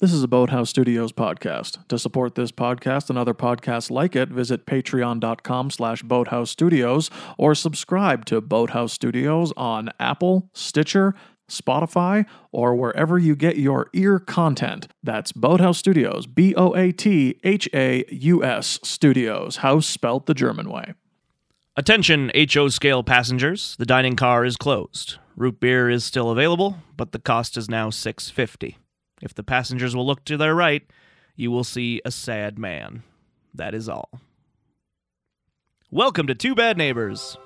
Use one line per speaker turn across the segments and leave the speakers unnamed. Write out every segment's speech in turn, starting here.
This is a Boathouse Studios podcast. To support this podcast and other podcasts like it, visit patreon.com slash boathouse studios or subscribe to Boathouse Studios on Apple, Stitcher, Spotify, or wherever you get your ear content. That's Boathouse Studios, B O A T H A U S Studios, house spelt the German way.
Attention, HO scale passengers. The dining car is closed. Root beer is still available, but the cost is now 6.50. If the passengers will look to their right, you will see a sad man. That is all. Welcome to Two Bad Neighbors.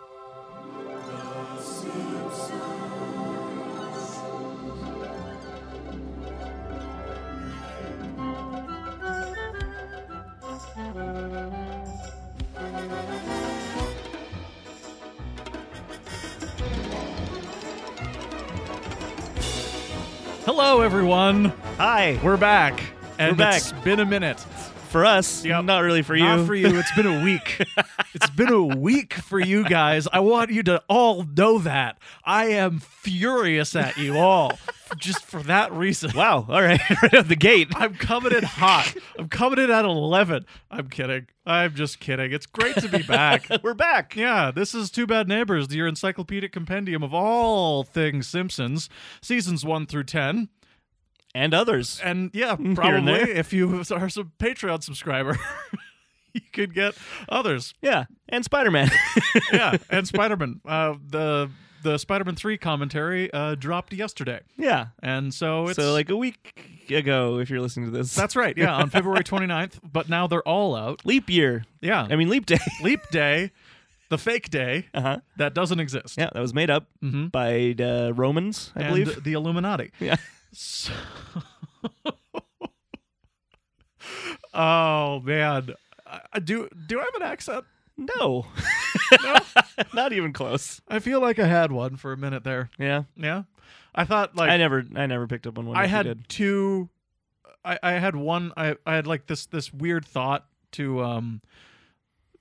Hello, everyone.
Hi.
We're back. And
back.
it's been a minute.
For us,
Yep.
not really for you.
Not for you. It's been a week. it's been a week for you guys. I want you to all know that. I am furious at you all just for that reason.
Wow. All right. right out the gate.
I'm coming in hot. I'm coming in at 11. I'm kidding. I'm just kidding. It's great to be back.
We're back.
Yeah, this is Two Bad Neighbors, your encyclopedic compendium of all things Simpsons, seasons 1 through 10.
And others.
And yeah,
and
probably
there.
if you are a Patreon subscriber, you could get others.
Yeah. And Spider Man.
yeah, and Spider Man. Uh, the the Spider Man three commentary uh, dropped yesterday,
yeah.
and so it's
So, like a week ago, if you're listening to this.
that's right, yeah, on February 29th. But now they're all out.
leap year.
Yeah,
I mean, leap day.
Leap Day, the fake day
Uh huh.
that doesn't exist, Mm-hmm.
Yeah, that was made up by the Romans, I
and
believe.
the Illuminati.
Yeah.
So- oh man, I, I do do I have an accent?
No. Not even close.
I feel like I had one for a minute there.
Yeah.
Yeah, I thought like
I never I never picked up on one.
I
if you
had
did.
two. I, I had one. I, I had like this this weird thought to um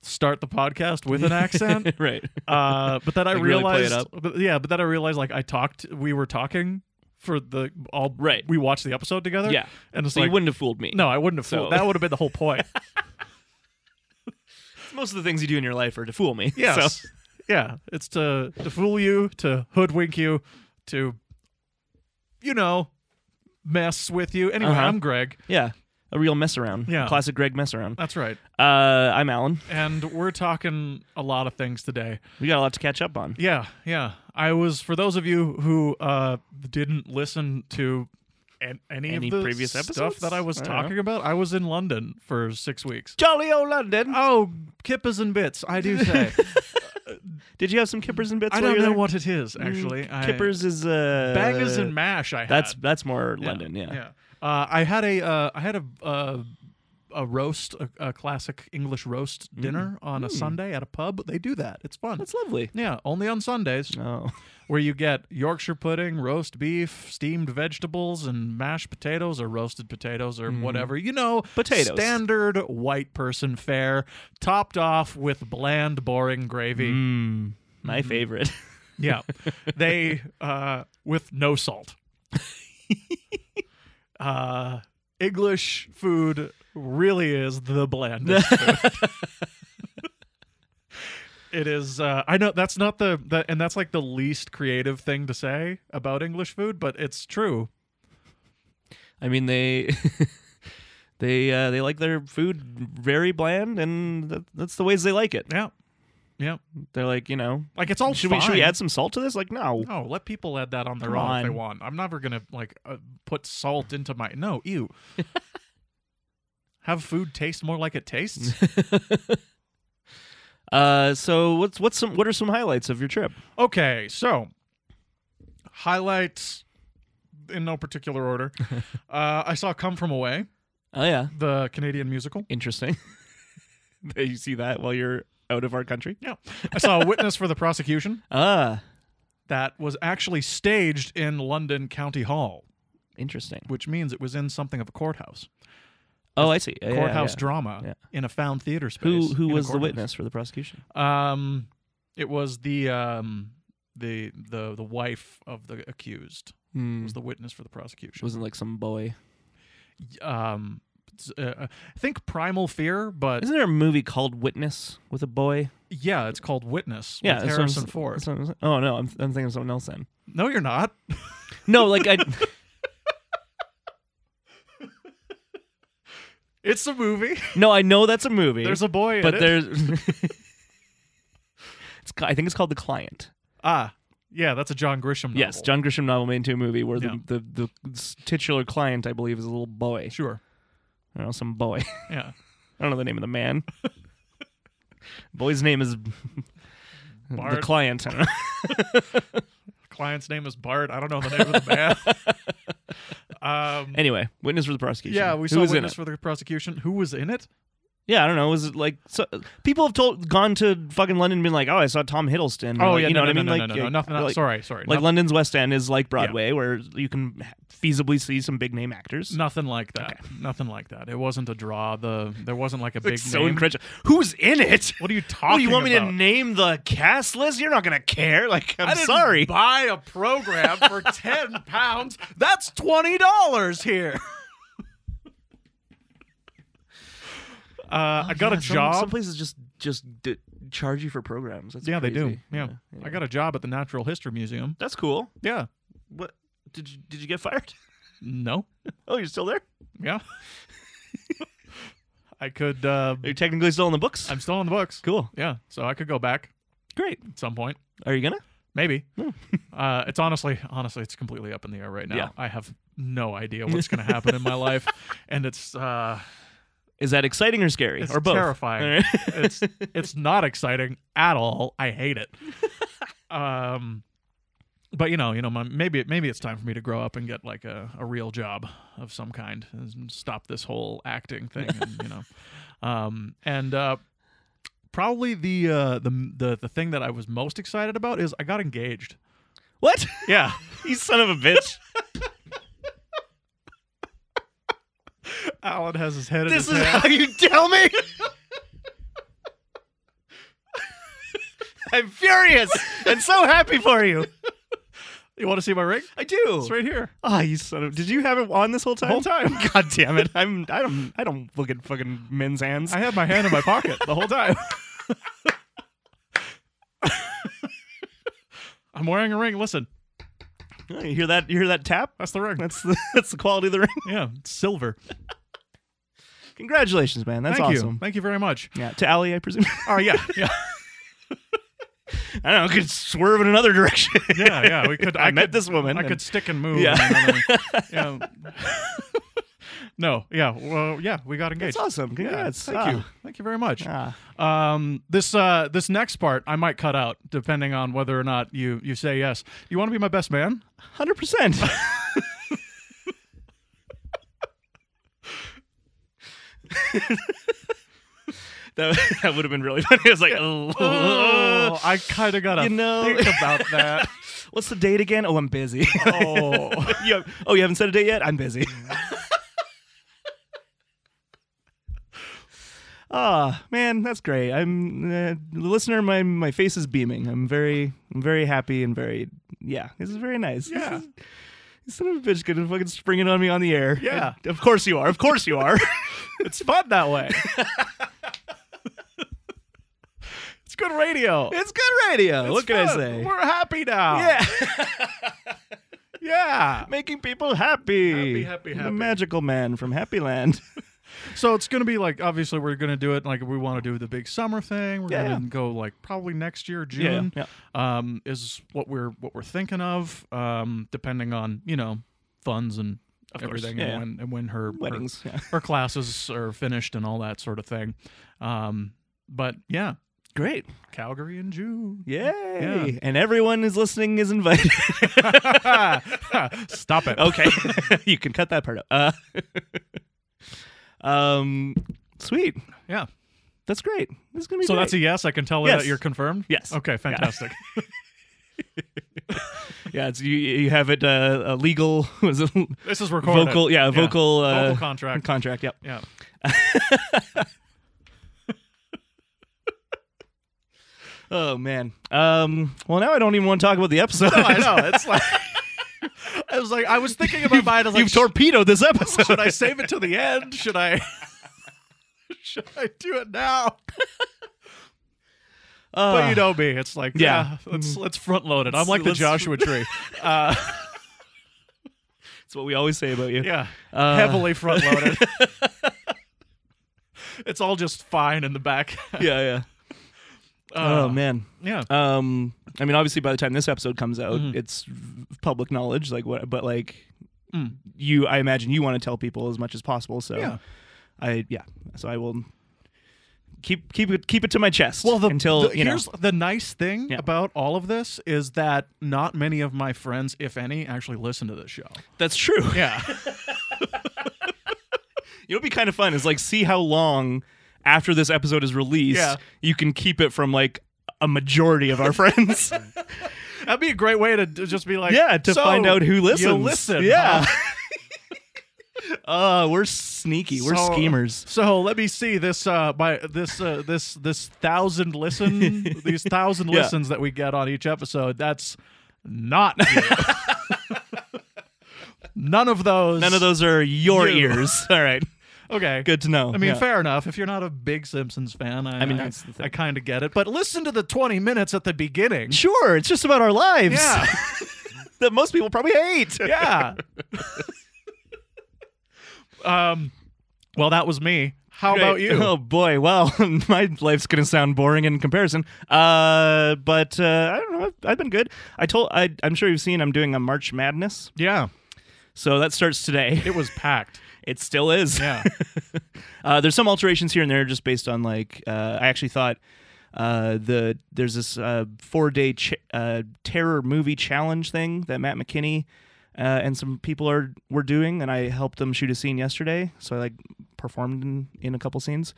start the podcast with an accent.
right.
uh, but then I
Like, really play it
realized, but yeah, but then I realized like I talked. We were talking for the all.
Right.
We watched the episode together.
Yeah.
and it's
So
like
you wouldn't have fooled me.
no, I wouldn't have. Fooled.
So-
That would have been the whole point.
Most of the things you do in your life are to fool me.
Yes.
So
Yeah, it's to to fool you, to hoodwink you, to you know mess with you. Anyway,
Uh-huh.
I'm Greg.
yeah. A real mess around.
Yeah.
Classic Greg mess around.
That's right.
Uh I'm Alan.
and we're talking a lot of things today.
We got a lot to catch up on.
Yeah, yeah. I was for those of you who uh, didn't listen to an- any,
Any
of the
previous
stuff
episodes?
that I was
I don't
talking about, I was in London for six weeks.
Jolly old London.
Oh, kippers and bits, I do say.
Did you have some kippers and bits
I don't
while you were
know
there? Mm,
what it is actually. I-
kippers is uh
bangers and mash. I had.
That's that's more London, yeah.
yeah. Uh, I had a uh, I had a. Uh, a roast, a, a classic English roast dinner on a Sunday at a pub. They do that. It's fun.
Mm-hmm. Mm. That's lovely.
yeah, only on Sundays.
Oh.
where you get Yorkshire pudding, roast beef, steamed vegetables, and mashed potatoes or roasted potatoes or whatever. You know,
Potatoes.
Standard white person fare, topped off with bland, boring gravy.
Mm, my
Mm-hmm.
favorite.
Yeah. they, uh, with no salt. uh, English food really is the blandest food. It is. Uh, I know that's not the, the and that's like the least creative thing to say about English food, but it's true.
I mean they they uh, they like their food very bland, and that, that's the ways they like it.
Yeah, yeah.
They're like, you know,
Like it's all.
should we should we
fine.
add some salt to this? Like, no,
No, let people add that on their
Come
own if they
on.
want. I'm never gonna like uh, put salt into my no. Ew. Have food taste more like it tastes.
Uh, so what's what's some what are some highlights of your trip?
Okay, so highlights in no particular order. uh, I saw "Come From Away,"
Oh yeah,
the Canadian musical.
interesting. that you see that while you're out of our country.
Yeah, I saw "A Witness for the Prosecution"
Ah,
that was actually staged in London County Hall,
interesting.
which means it was in something of a courthouse,
Oh, I see. Yeah, yeah,
courthouse
yeah.
drama
Yeah.
in a found theater space.
Who who
in a
was the
courthouse.
witness for the prosecution?
Um, it was the um the the the wife of the accused
Hmm.
was the witness for the prosecution.
Wasn't like some boy.
um, it's, uh, I think Primal Fear, but
Isn't there a movie called Witness with a boy?
yeah, it's called Witness
Yeah,
with
that's what I'm-
Harrison Ford.
that's what I'm- Oh no, I'm, I'm thinking of something else then.
No, you're not.
No, like I.
It's a movie.
No, I know that's a movie.
There's a boy, in
but
it.
there's. it's, ca- I think it's called The Client.
ah, yeah, that's a John Grisham. Novel.
Yes, John Grisham novel made into a movie where
Yeah.
the, the the s- titular client, I believe, is a little boy.
Sure.
I don't know, some boy. I
Yeah.
don't know the name of the man. Boy's name is the
Bard.
client. I don't know.
Client's name is Bart. I don't know the name of the man. um,
Anyway, witness for the prosecution.
yeah, we
Who
saw
was in
witness
it?
for the prosecution. Who was in it?
Yeah, I don't know. Was it like so, people have told gone to fucking London, and been like, oh, I saw Tom Hiddleston.
Oh
Like,
yeah,
you know
no,
what
no,
I mean?
no,
like,
no, no,
yeah,
no, nothing.
like,
sorry, sorry,
Like
Noth-
London's West End is like Broadway, where you can feasibly see some big name actors.
nothing like that. Nothing like that. It wasn't a draw. The there wasn't like a big
It's so
name.
incredible. Who's in it?
What are you talking?
Oh, you want me
about?
to name the cast list? You're not gonna care. Like, I'm
I didn't
sorry.
Buy a program for ten pounds. That's twenty dollars here. Uh, I got a job.
Some, places just just d- charge you for programs. That's
yeah, they do.
crazy.
Yeah. I got a job at the Natural History Museum.
That's cool.
Yeah.
What did you did you get fired?
No.
Oh, you're still there.
Yeah. I could. Uh,
Are you technically still in the books?
I'm still on the books.
cool.
Yeah. So I could go back
Great.
at some point.
Are you gonna?
Maybe. uh, it's honestly, honestly, it's completely up in the air right now.
Yeah.
I have no idea what's going to happen in my life, and it's uh,
Is that exciting or scary
it's
or both?
terrifying.
All right.
it's it's not exciting at all. I hate it. Um, but you know, you know, my, maybe maybe it's time for me to grow up and get like a, a real job of some kind and stop this whole acting thing. And, you know, um, and uh, probably the uh, the the the thing that I was most excited about is I got engaged.
what?
Yeah.
you son of a bitch.
Alan has his head in
this
his
is
hand.
how you tell me. I'm furious and so happy for you.
You want to see my ring?
I do.
It's right here.
Ah, you son of! Did you have it on this whole time?
whole time.
God damn it! I'm I don't I don't look at fucking men's hands.
I had my hand in my pocket the whole time. I'm wearing a ring. Listen,
oh, you hear that? You hear that tap?
that's the ring.
That's the that's the quality of the ring.
yeah, it's silver.
Congratulations, man! That's
Thank you.
awesome.
Thank you very much.
Yeah, to Ali, I presume.
Oh yeah, yeah,
I don't know. Could swerve in another direction.
yeah, yeah. We could.
I,
I,
met
could,
this woman.
I
and-
could stick and move.
Yeah.
and then, uh, yeah. no. Yeah. Well. Yeah. We got engaged.
That's awesome.
Yeah,
Congrats.
thank
Ah.
you. Thank you very much.
Ah.
Um, this uh, this next part I might cut out depending on whether or not you you say yes. You want to be my best man?
Hundred percent. That, that would have been really funny. I was like,
Oh, I kind of got to
Uh, You know-
think about that.
what's the date again? Oh, I'm busy.
Oh,
you have- oh, you haven't said a date yet? I'm busy. Ah, man, that's great. I'm uh, the listener. My my face is beaming. I'm very I'm very happy and very yeah. This is very nice. This
Yeah.
is- you son of a bitch, gonna fucking spring it on me on the air.
Yeah.
I- of course you are. Of course you are.
it's fun that way. it's good radio.
it's good radio. what can I
fun.
say?
We're happy now.
yeah,
Yeah.
making people
Happy,
happy.
happy,
The
happy. magical
magical man from Happy Land.
So it's going to be like, obviously, we're going to do it like we want to do the big summer thing. We're
Yeah.
going to go like probably next year, June.
yeah.
Um, is what we're what we're thinking of. Um, depending on you know funds and
course.
everything,
Yeah,
and
yeah.
when and when her her-
Weddings. Yeah.
her classes are finished and all that sort of thing. Um, but yeah,
Great.
Calgary in June.
Yay! And everyone who's listening is invited.
Stop it.
okay, you can cut that part out. Uh, um, sweet.
Yeah.
That's great. This is gonna be
So
great.
that's a yes. I can tell
Yes.
that you're confirmed.
Yes.
Okay. Fantastic.
yeah. It's you. You have it. Uh, a legal was it
this is recorded.
vocal. Yeah, vocal. Uh,
Vocal contract.
Contract. Yep.
Yeah.
Oh man. Um. Well, now I don't even want to talk about the episode.
know. It's like I was like, I was thinking about mine. I was like,
You've torpedoed this episode.
should I save it to the end? Should I? should I do it now?
Uh,
but you know me. It's like, yeah,
Yeah. Mm.
let's let's front load it. I'm like the
Let's-
Joshua tree. Uh,
That's what we always say about you.
yeah,
Uh,
heavily front loaded. it's all just fine in the back.
Yeah, yeah.
Uh,
oh man.
Yeah.
Um, I mean, obviously, by the time this episode comes out,
Mhm.
it's v- public knowledge. Like what? But like
Mm.
you, I imagine you want to tell people as much as possible. So
Yeah.
I yeah. So I will keep keep it keep it to my chest.
Well, the,
until
the-
you know.
here's the nice thing
Yeah.
about all of this is that not many of my friends, if any, actually listen to this show.
That's true.
Yeah,
It would be kind of fun. Is like see how long after this episode is released,
Yeah.
you can keep it from like a majority of our friends.
that'd be a great way to d- just be like,
yeah, to
"So,
find out who listens.
You listen,
Yeah.
huh?"
Uh, we're sneaky. We're
So-
schemers.
So let me see this uh by this uh this this thousand listen these thousand
Yeah.
listens that we get on each episode. That's not you. none of those.
None of those are your
You.
ears. All right.
Okay,
Good to know.
I mean,
Yeah.
fair enough. If you're not a big Simpsons fan, I,
I mean,
I,
that's the thing.
I kind of get it. But listen to the 20 minutes at the beginning.
sure. It's just about our lives.
Yeah,
that most people probably hate.
yeah. um, well, that was me. How about
Great.
you?
Oh boy. Well, my life's gonna sound boring in comparison. Uh, but uh, I don't know. I've, I've been good. I told. I, I'm sure you've seen. I'm doing a March Madness.
Yeah,
So that starts today.
it was packed.
It still is.
Yeah.
Uh, there's some alterations here and there, just based on like uh, I actually thought uh, the there's this uh, four day ch- uh, terror movie challenge thing that Matt McKinney uh, and some people are were doing, and I helped them shoot a scene yesterday. So I like performed in, in a couple scenes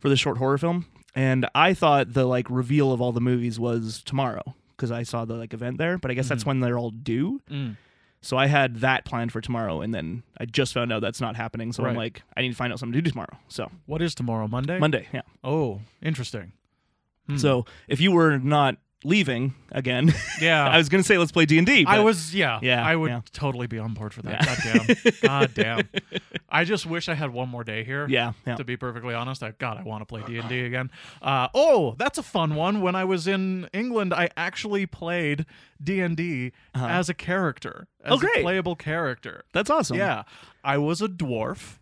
for the short horror film, and I thought the like reveal of all the movies was tomorrow because I saw the like event there, but I guess that's when they're all due.
Mm-hmm. Mm.
So I had that planned for tomorrow, and then I just found out that's not happening. So I'm
Right.
like, I need to find out something to do tomorrow. So
What is tomorrow? Monday.
Monday, yeah.
Oh, interesting. Hmm.
So if you were not leaving again,
Yeah.
I was gonna say let's play D and D.
I was, yeah,
Yeah,
I would
yeah.
totally be on board for that. God damn, God damn. I just wish I had one more day here.
Yeah, yeah.
To be perfectly honest, I God, I want to play D and D again. Uh, oh, that's a fun one. When I was in England, I actually played D and D as a character, as
Uh-huh. Oh,
a
great.
playable character.
That's awesome.
Yeah, I was a dwarf.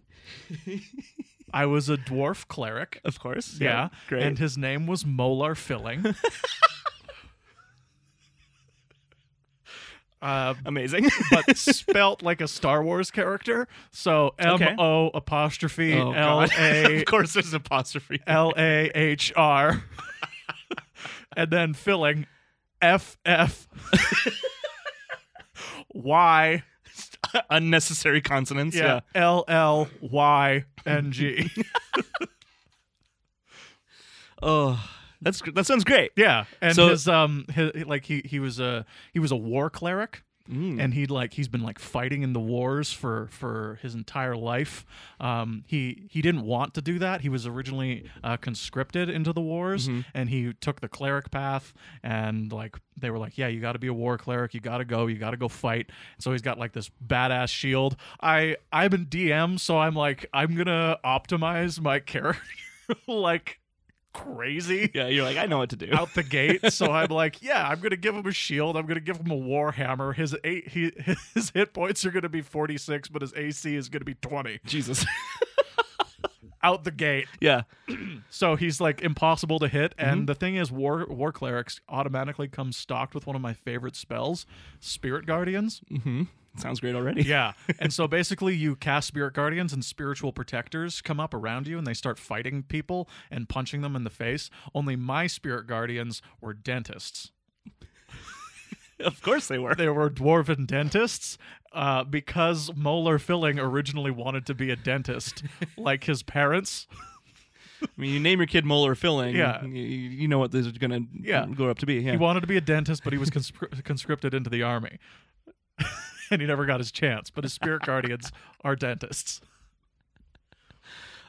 I was a dwarf cleric.
of course.
Yeah,
great.
And his name was Molar Filling. uh,
Amazing.
but spelt like a Star Wars character. So M
Okay.
O apostrophe
Oh,
L
God.
A
of course, there's an apostrophe.
L A H R, and then filling F F Y
Unnecessary consonants. Yeah.
yeah L L Y N G.
Oh, that's that sounds great.
Yeah, and
So-
his um, his, like he he was a he was a war cleric.
Mm.
and he'd like he's been like fighting in the wars for for his entire life um he he didn't want to do that he was originally uh, conscripted into the wars and he took the cleric path and like they were like yeah you got to be a war cleric you got to go you got to go fight so he's got like this badass shield i i've been dm so i'm like i'm gonna optimize my character like crazy
Yeah, you're like I know what to do.
out the gate. So I'm like, yeah, I'm gonna give him a shield. I'm gonna give him a war hammer. His eight, he, his hit points are gonna be 46, but his AC is gonna be 20.
Jesus.
Out the gate.
yeah.
So he's like impossible to hit. And the thing is, war war clerics automatically come stocked with one of my favorite spells, Spirit Guardians.
hmm Sounds great already.
Yeah. and so basically, you cast Spirit Guardians, and spiritual protectors come up around you and they start fighting people and punching them in the face. Only my Spirit Guardians were dentists.
Of course they were.
they were dwarven dentists uh, because Molar Filling originally wanted to be a dentist, like his parents.
I mean, you name your kid Molar Filling.
Yeah.
You, you know what this is gonna
Yeah.
grow up to be. Yeah.
He wanted to be a dentist, but he was conscri- conscripted into the army. and he never got his chance, but his spirit guardians are dentists.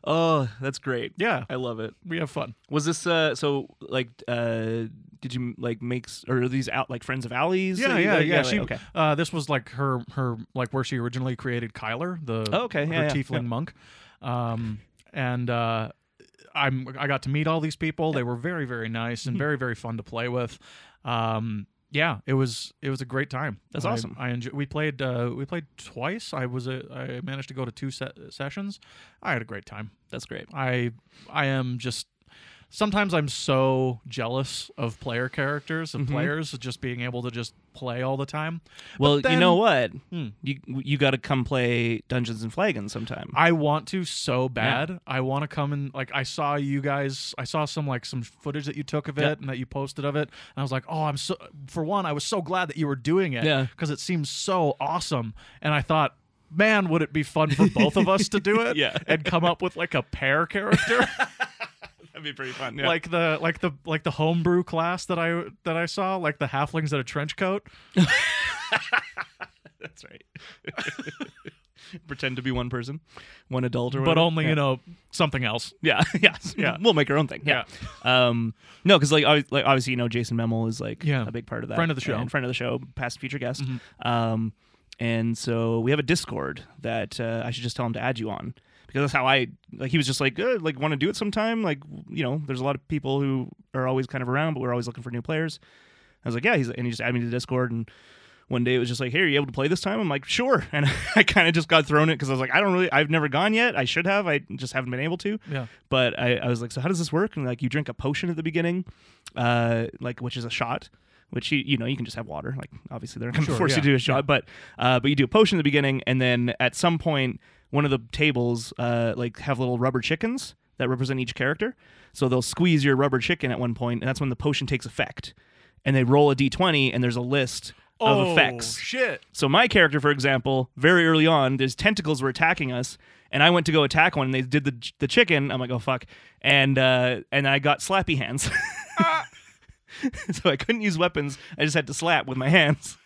Oh, that's great.
Yeah,
I love it.
we have fun.
Was this uh so like uh did you like make s- or are these out like friends of Allie's?
Yeah,
that you-
yeah,
like,
yeah.
like,
she,
okay.
uh, this was like her, her, like where she originally created Kyler, the
Oh, okay.
her
Yeah, yeah,
tiefling
yeah.
monk, um, and uh, I'm I got to meet all these people. They were very, very nice
Hmm.
and very, very fun to play with. Um, yeah, it was it was a great time.
That's
I-
awesome.
I enjoy. We played uh, we played twice. I was a, I managed to go to two se- sessions. I had a great time.
That's great.
I I am just sometimes I'm so jealous of player characters
Mm-hmm.
of players just being able to just play all the time.
Well, you
then-
know what?
Hmm.
You you got to come play Dungeons and Flagons sometime.
I want to so bad. I want to come and like I saw you guys. I saw some like some footage that you took of it
Yep.
and that you posted of it, and I was like, oh, I'm so. For one, I was so glad that you were doing it
Yeah.
because it seems so awesome, and I thought. Man, would it be fun for both of us to do it
Yeah.
and come up with like a pair character?
That'd be pretty fun. Like
like the like the like the homebrew class that I that I saw, like the halflings in a trench coat.
that's right. Pretend to be one person, one adult or whatever.
but only
yeah.
you know something else.
Yeah, yes,
Yeah.
We'll make our own thing. Yeah. Um, no, because like, obvi- like obviously you know Jason Memel is like
Yeah.
a big part of that
Friend of the show. Mm-hmm.
and friend of the show, past and future guest. Um, and so we have a Discord that uh, I should just tell him to add you on because that's how I like. He was just like, eh, like want to do it sometime. Like you know, there's a lot of people who are always kind of around, but we're always looking for new players. I was like, yeah, he's and he just added me to Discord and. One day it was just like, "Hey, are you able to play this time?" I'm like, "Sure," and I kind of just got thrown it because I was like, "I don't really, I've never gone yet. I should have. I just haven't been able to."
Yeah.
but I, I was like, so how does this work? And like, you drink a potion at the beginning, uh, like which is a shot, which you you know you can just have water. Like obviously they're not gonna
Sure,
force you
yeah,
to do a shot, but uh, but you do a potion at the beginning, and then at some point one of the tables uh, like have little rubber chickens that represent each character, so they'll squeeze your rubber chicken at one point, and that's when the potion takes effect, and they roll a d20, and there's a list of effects.
Oh, shit.
So my character, for example, very early on, these tentacles were attacking us, and I went to go attack one, and they did the the chicken. I'm like, oh fuck, and uh, and I got slappy hands, so I couldn't use weapons. I just had to slap with my hands,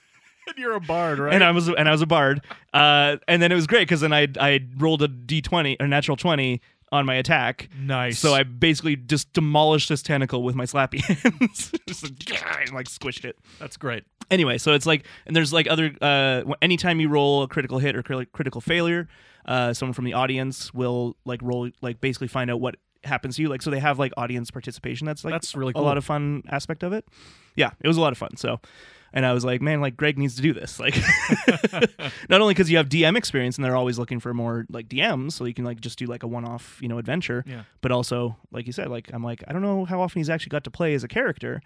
And you're a bard, right?
and I was and I was a bard. Uh, and then it was great because then I I rolled a d20 or natural 20 on my attack.
nice.
So I basically just demolished this tentacle with my slappy hands, just like, and like squished it
that's great.
anyway so it's like and there's like other uh wh- anytime you roll a critical hit or cri- critical failure uh someone from the audience will like roll like basically find out what happens to you like so they have like audience participation that's like
That's really
a
cool.
lot of fun aspect of it yeah it was a lot of fun so and i was like man like greg needs to do this like not only because you have dm experience and they're always looking for more like dms so you can like just do like a one-off you know adventure
Yeah.
but also like you said like i'm like i don't know how often he's actually got to play as a character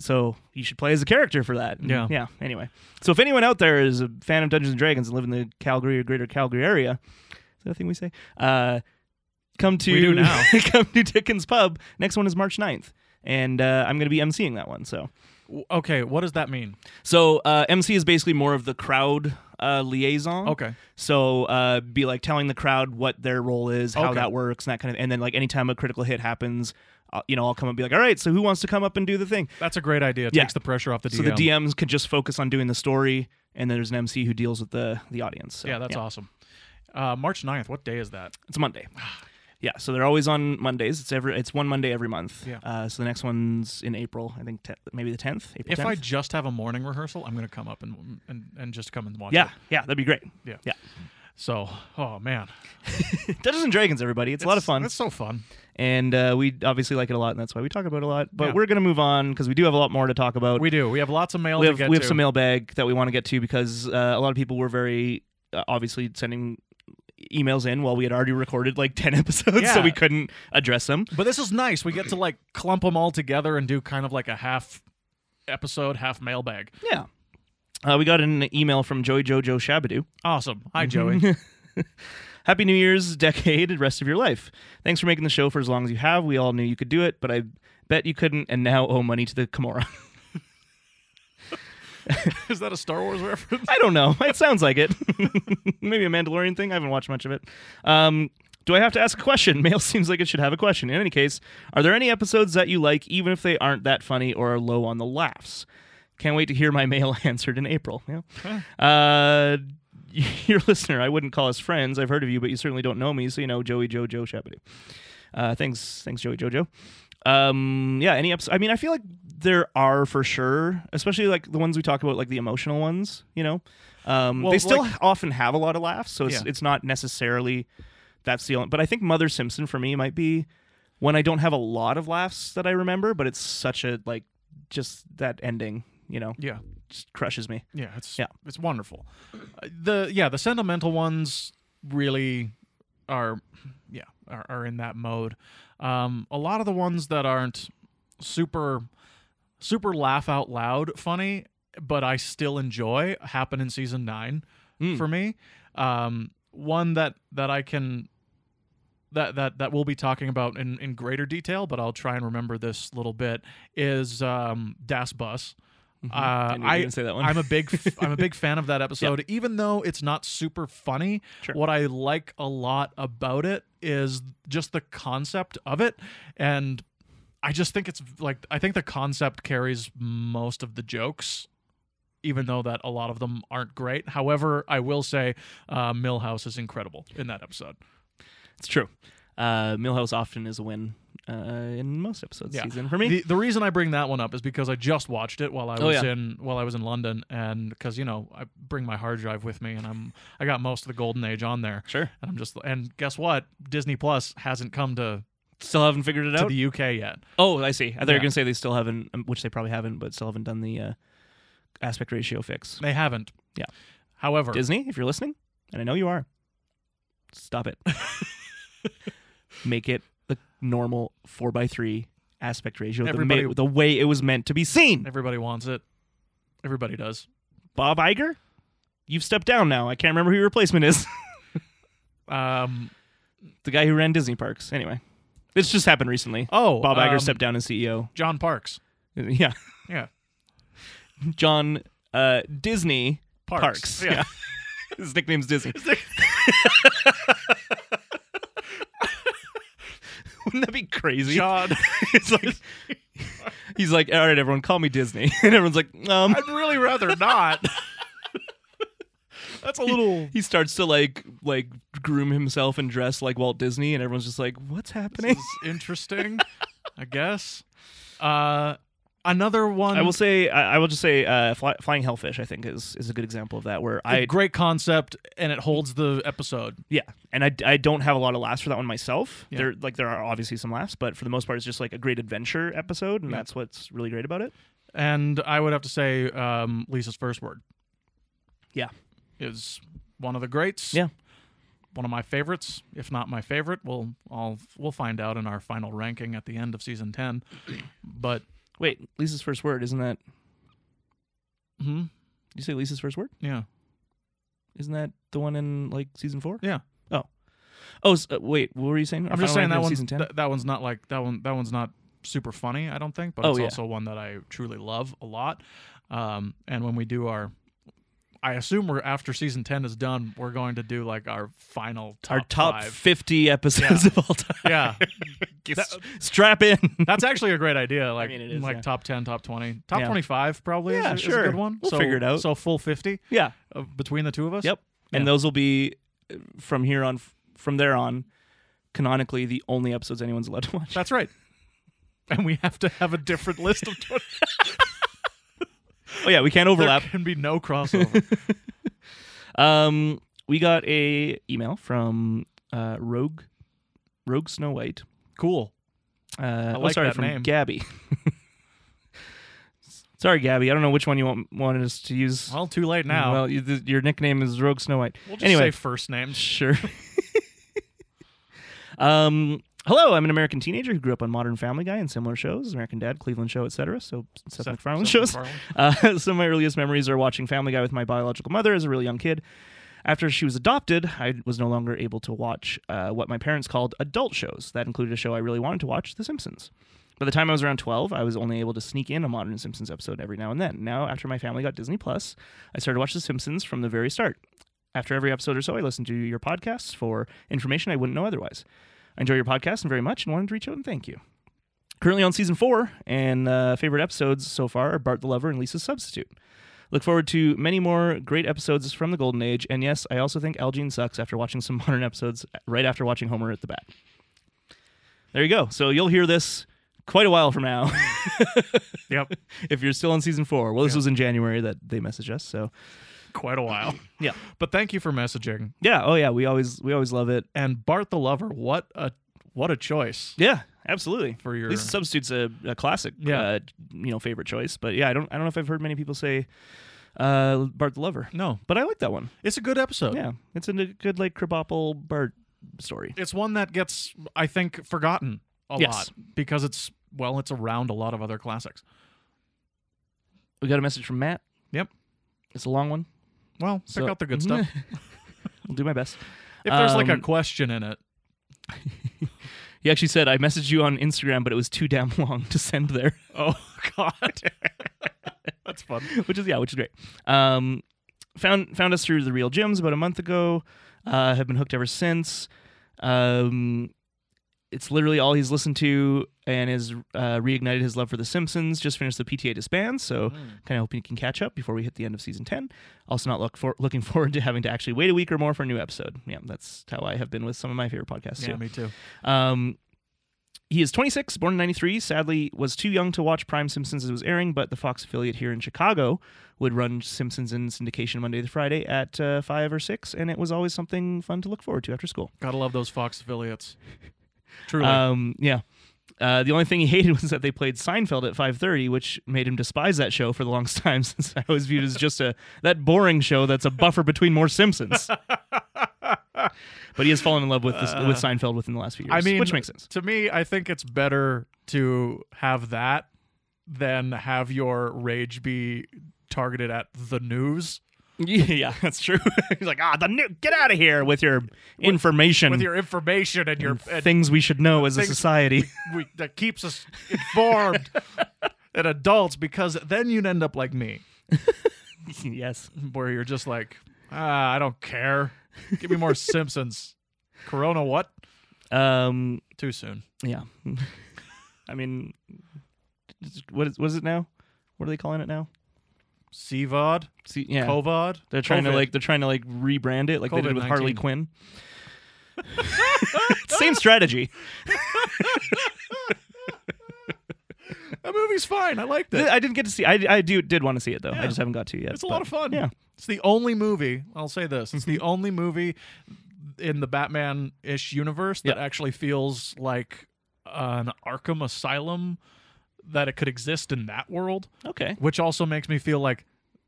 so you should play as a character for that. And
Yeah.
Yeah. Anyway, so if anyone out there is a fan of Dungeons and Dragons and live in the Calgary or Greater Calgary area, is that a thing we say? Uh, come to
We do now.
come to Dickens Pub. Next one is March 9th. and uh, I'm going to be emceeing that one. So
W- Okay, what does that mean?
so uh, MC is basically more of the crowd uh, liaison.
Okay,
So uh, be like telling the crowd what their role is, how
Okay.
that works, and that kind of. And then like anytime a critical hit happens, uh, you know I'll come and be like, all right, so who wants to come up and do the thing?
that's a great idea. It
Yeah.
Takes the pressure off the DM.
So the DMs can just focus on doing the story, and then there's an MC who deals with the the audience. So,
yeah, that's awesome. Uh, March 9th, What day is that?
It's Monday. Yeah, so they're always on Mondays. It's every it's one Monday every month.
Yeah.
Uh, so the next one's in April. I think te- maybe the tenth. April
If
10th.
I just have a morning rehearsal, I'm gonna come up and and, and just come and watch.
yeah
It.
yeah that'd be great.
Yeah.
Yeah.
So, oh man,
Dungeons and Dragons, everybody. It's, a lot of fun,
It's so fun.
and uh, we obviously like it a lot, and that's why we talk about it a lot. But
Yeah.
we're gonna move on because we do have a lot more to talk about.
We do. We have lots of mail
we
to
have,
get
we have
to.
some mailbag that we want to get to because uh, a lot of people were very uh, obviously sending emails in while we had already recorded like 10 episodes so
Yeah.
we couldn't address them
But this is nice. We get to like clump them all together and do kind of like a half episode, half mailbag.
yeah uh, we got an email from joey jojo shabadoo
Awesome. Hi, Joey.
happy new year's decade and rest of your life thanks for making the show for as long as you have we all knew you could do it but i bet you couldn't and now owe money to the Kimora.
is that a Star Wars reference?
I don't know. It sounds like it. Maybe a Mandalorian thing. I haven't watched much of it. Um, do I have to ask a question? Mail seems like it should have a question. In any case, are there any episodes that you like, even if they aren't that funny or are low on the laughs? Can't wait to hear my mail answered in April. Yeah. Uh, your listener, I wouldn't call us friends. I've heard of you, but you certainly don't know me, so you know Joey Joe Joe Shepity. Uh, thanks, thanks Joey Jojo. Um, yeah, any episode. I mean, I feel like there are for sure, especially like the ones we talk about, like the emotional ones. You know, um,
Well,
they still
like-
often have a lot of laughs, so it's
Yeah.
it's not necessarily that's the only. But I think Mother Simpson for me might be when I don't have a lot of laughs that I remember, but it's such a like just that ending. You know,
Yeah.
just crushes me.
Yeah, it's
Yeah.
it's wonderful. Uh, The yeah, the sentimental ones really are yeah, are, are in that mode. Um a lot of the ones that aren't super super laugh out loud funny, but I still enjoy happen in season 9
Mm.
for me. Um one that that I can that that that we'll be talking about in in greater detail, but I'll try and remember this little bit is um Das Bus. Uh,
I knew you
I
didn't say that one.
I'm a big f- I'm a big fan of that episode, even though it's not super funny.
Sure.
What I like a lot about it is just the concept of it, and I just think it's like I think the concept carries most of the jokes. Even though that a lot of them aren't great, however, I will say uh, Millhouse is incredible in that episode.
It's true. Uh, Millhouse often is a win uh, in most episodes
Yeah.
season for me.
The, the reason I bring that one up is because I just watched it while I
Oh,
was
yeah.
in while I was in London, and because you know I bring my hard drive with me, and I'm I got most of the Golden Age on there,
sure.
and I'm just and guess what? Disney Plus hasn't come to,
Still haven't figured it
to
out.
the UK yet.
oh, I see. I thought you were
Yeah.
gonna say they still haven't, um, which they probably haven't, but still haven't done the uh, aspect ratio fix.
They haven't.
Yeah.
However,
Disney, if you're listening, and I know you are, stop it. Make it the normal four by three aspect ratio, the,
Everybody-
ma- the way it was meant to be seen.
everybody wants it. Everybody does.
Bob Iger, you've stepped down now. I can't remember who your replacement is.
Um.
the guy who ran Disney parks. Anyway, this just happened recently.
Oh,
Bob Iger
um,
stepped down as CEO.
John Parks.
Yeah,
Yeah.
John uh, Disney Parks.
Yeah.
his nickname's Disney. Wouldn't that be crazy?
John.
It's like he's like, all right, everyone, call me Disney, and everyone's like, um.
I'd really rather not. That's a little.
He starts to like like groom himself and dress like Walt Disney, and everyone's just like, "What's happening?"
is interesting, I guess. Uh, another one.
I will say, I, I will just say, uh, fly, flying hellfish, I think is is a good example of that. Where
a
I
great concept, and it holds the episode.
Yeah, and I, I don't have a lot of laughs for that one myself.
Yeah.
There like there are obviously some laughs, but for the most part, it's just like a great adventure episode, and
Yeah.
that's what's really great about it.
And I would have to say, um, Lisa's first word.
Yeah.
is one of the greats.
Yeah.
one of my favorites, if not my favorite. We'll all we'll find out in our final ranking at the end of season ten. But
Wait, Lisa's first word isn't that?
mhm,
You say Lisa's first word?
yeah,
Isn't that the one in like season four?
yeah.
Oh, s- uh, wait, what were you saying? Our
I'm just saying
final ranking
that
of
one's
season ten.
th- that one's not like that one. That one's not super funny, I don't think, but
Oh,
it's
yeah.
also one that I truly love a lot. Um, and when we do our, I assume we're after season ten is done, we're going to do like our final top
Our top
oh, five.
fifty episodes of all time.
yeah,
S- Strap in.
that's actually a great idea. Like
mean, it is,
like
yeah.
top ten, top twenty, top
Yeah.
twenty five probably.
Yeah,
is, a- is
sure.
a good one.
We'll
so,
figure it out.
So full fifty
yeah.
uh, between the two of us.
Yep. And
Yeah.
those will be uh, from here on, f- from there on, canonically the only episodes anyone's allowed to watch.
That's right. And we have to have a different list of twenty.
Oh yeah, we can't
there
overlap.
can be no crossover.
Um, we got a email from uh, Rogue Rogue Snow White.
cool.
Uh, oh,
like
sorry,
that
from
name.
Gabby. sorry, Gabby. I don't know which one you want, wanted us to use.
Well, too late now.
well, you, th- your nickname is Rogue Snow White.
We'll just
anyway,
say first names.
sure. um, hello, I'm an American teenager who grew up on Modern Family Guy and similar shows, American Dad, Cleveland Show, etc. So Seth, MacFarlane
Seth
shows.
MacFarlane.
Uh, some of my earliest memories are watching Family Guy with my biological mother as a really young kid. After she was adopted, I was no longer able to watch uh, what my parents called adult shows. That included a show I really wanted to watch, The Simpsons. By the time I was around 12, I was only able to sneak in a modern Simpsons episode every now and then. Now, after my family got Disney Plus, I started to watch The Simpsons from the very start. After every episode or so, I listened to your podcasts for information I wouldn't know otherwise. I enjoy your podcast and very much and wanted to reach out and thank you. Currently on season four, and uh, favorite episodes so far are Bart the Lover and Lisa's Substitute. Look forward to many more great episodes from the Golden Age. And yes, I also think Algene sucks after watching some modern episodes right after watching Homer at the Bat. There you go. So you'll hear this quite a while from now
Yep.
if you're still on season four. Well, this
Yeah.
was in January that they messaged us. So
Quite a while.
yeah.
But thank you for messaging.
Yeah. Oh, yeah. We always, we always love it.
And Bart the Lover, what a what a choice
Yeah. Absolutely.
for your
At least substitutes a, a classic,
Yeah.
uh, you know, favorite choice. But yeah, I don't, I don't know if I've heard many people say uh, Bart the Lover,
No.
but I like that one.
It's a good episode.
Yeah, it's a n- good like Krabappel Bart story.
It's one that gets I think forgotten a
Yes.
lot because it's well, it's around a lot of other classics.
We got a message from Matt.
Yep.
It's a long one.
Well, pick
so-
out the good stuff.
I'll do my best.
If there's like a
Um,
question in it,
He actually said, I messaged you on Instagram, but it was too damn long to send there. Oh, God.
that's fun.
which is, yeah, which is great. Um, found, found us through The Real Gyms about a month ago. Uh, have been hooked ever since. Um, it's literally all he's listened to and has uh, reignited his love for The Simpsons. Just finished the PTA disband, so
Hmm.
kind of hoping he can catch up before we hit the end of season 10. Also, not look for, looking forward to having to actually wait a week or more for a new episode. Yeah, that's how I have been with some of my favorite podcasts,
Yeah,
too.
me too.
Um, he is 26, born in 93. Sadly, was too young to watch Prime Simpsons as it was airing, but the Fox affiliate here in Chicago would run Simpsons in syndication Monday to Friday at uh, 5 or 6, and it was always something fun to look forward to after school.
Gotta love those Fox affiliates. Truly.
Um, yeah. Uh, the only thing he hated was that they played Seinfeld at 5:30, which made him despise that show for the longest time, since I was viewed as just a that boring show that's a buffer between more Simpsons. but he has fallen in love with this, with Seinfeld within the last few years,
Uh, I mean,
which makes sense.
To me, I think it's better to have that than have your rage be targeted at the news
Yeah, that's true. He's like, ah, the new, get out of here with your information,
with your information and your and
uh, things we should know as a
things-
society.
we, that keeps us informed and adults because then you'd end up like me
yes.
where you're just like ah I don't care give me more Simpsons Corona what
Um.
too soon
Yeah. I mean, what is what is it now? What are they calling it now?
CVOD
See, yeah.
COVOD
They're trying
COVID.
to like they're trying to like rebrand it like they did with Harley
COVID-19.
Quinn. Same strategy.
that movie's fine I liked it
I didn't get to see. I, I do did want to see it though. I
Yeah.
just haven't got to yet.
It's a lot of fun.
Yeah. Mm-hmm.
It's the only movie, I'll say this, it's the only movie in the Batman ish universe that actually feels like an Arkham Asylum that it could exist in that world,
Okay.
which also makes me feel like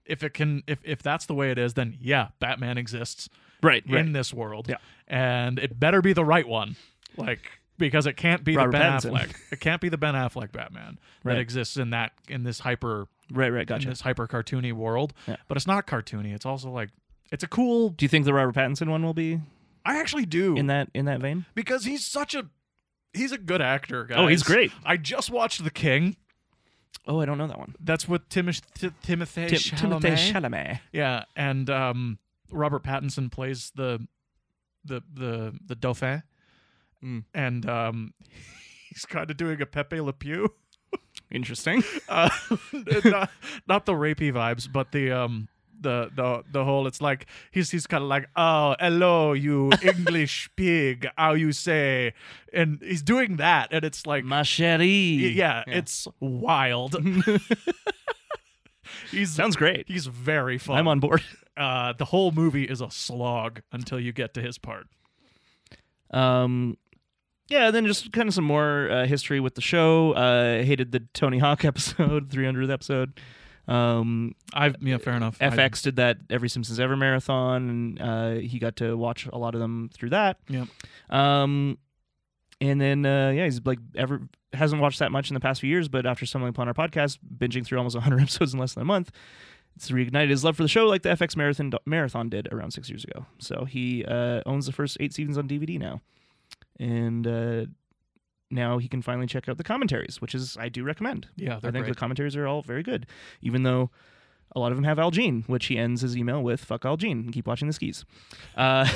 if it can if if that's the way it is, then yeah, Batman exists
Right.
in this world.
Yeah.
And it better be the right one. Like because it can't be
Robert
the Ben
Pattinson.
Affleck. It can't be the Ben Affleck Batman
Right.
that exists in that in this hyper
Right. Right.
in
Gotcha.
this hyper cartoony world.
Yeah.
But it's not cartoony. It's also like it's a cool.
Do you think the Robert Pattinson one will be
I actually do
in that in that vein?
because he's such a he's a good actor. Guys.
Oh, he's great.
I just watched The King.
Oh, I don't know that one.
That's with Timoth- T- Timothy
Tim-
Chalamet.
Timothée Chalamet.
yeah, and um, Robert Pattinson plays the the the the Dauphin,
Mm.
and um, he's kind of doing a Pepe Le Pew.
Interesting.
uh, not, not the rapey vibes, but the um the the the whole. It's like he's he's kind of like, oh, hello, you English pig, how you say, and he's doing that, and it's like,
Ma chérie.
y- yeah, it's wild. he's
sounds great.
he's very fun.
I'm on board.
Uh, the whole movie is a slog until you get to his part.
Um, yeah, then just kind of some more uh, history with the show. Uh, hated the Tony Hawk episode, 300th episode. Um,
I've yeah, fair enough. I-
FX did that every Simpsons Ever marathon, and uh, he got to watch a lot of them through that.
Yep.
Um, and then uh, yeah, he's like ever hasn't watched that much in the past few years, but after stumbling upon our podcast, binging through almost 100 episodes in less than a month, it's reignited his love for the show, like the FX marathon marathon did around six years ago. So he uh, owns the first eight seasons on DVD now, and uh, now he can finally check out the commentaries, which is I do recommend.
yeah,
I
they're
think
great.
the commentaries are all very good, even though a lot of them have Algene, which he ends his email with "fuck Algene." Keep watching the skis. Uh,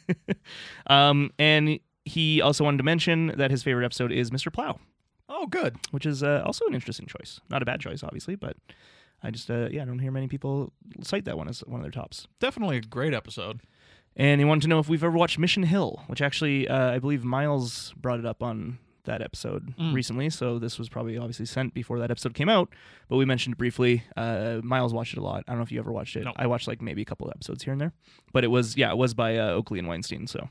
um, and he also wanted to mention that his favorite episode is Mr. Plow,
oh, good.
which is uh, also an interesting choice. Not a bad choice, obviously, but I just uh, yeah, I don't hear many people cite that one as one of their tops.
Definitely a great episode.
And he wanted to know if we've ever watched Mission Hill, which actually uh, I believe Miles brought it up on that episode
Mm.
recently. So this was probably obviously sent before that episode came out, but we mentioned briefly. Uh, Miles watched it a lot. I don't know if you ever watched it.
Nope.
I watched like maybe a couple of episodes here and there, but it was yeah, it was by uh, Oakley and Weinstein. So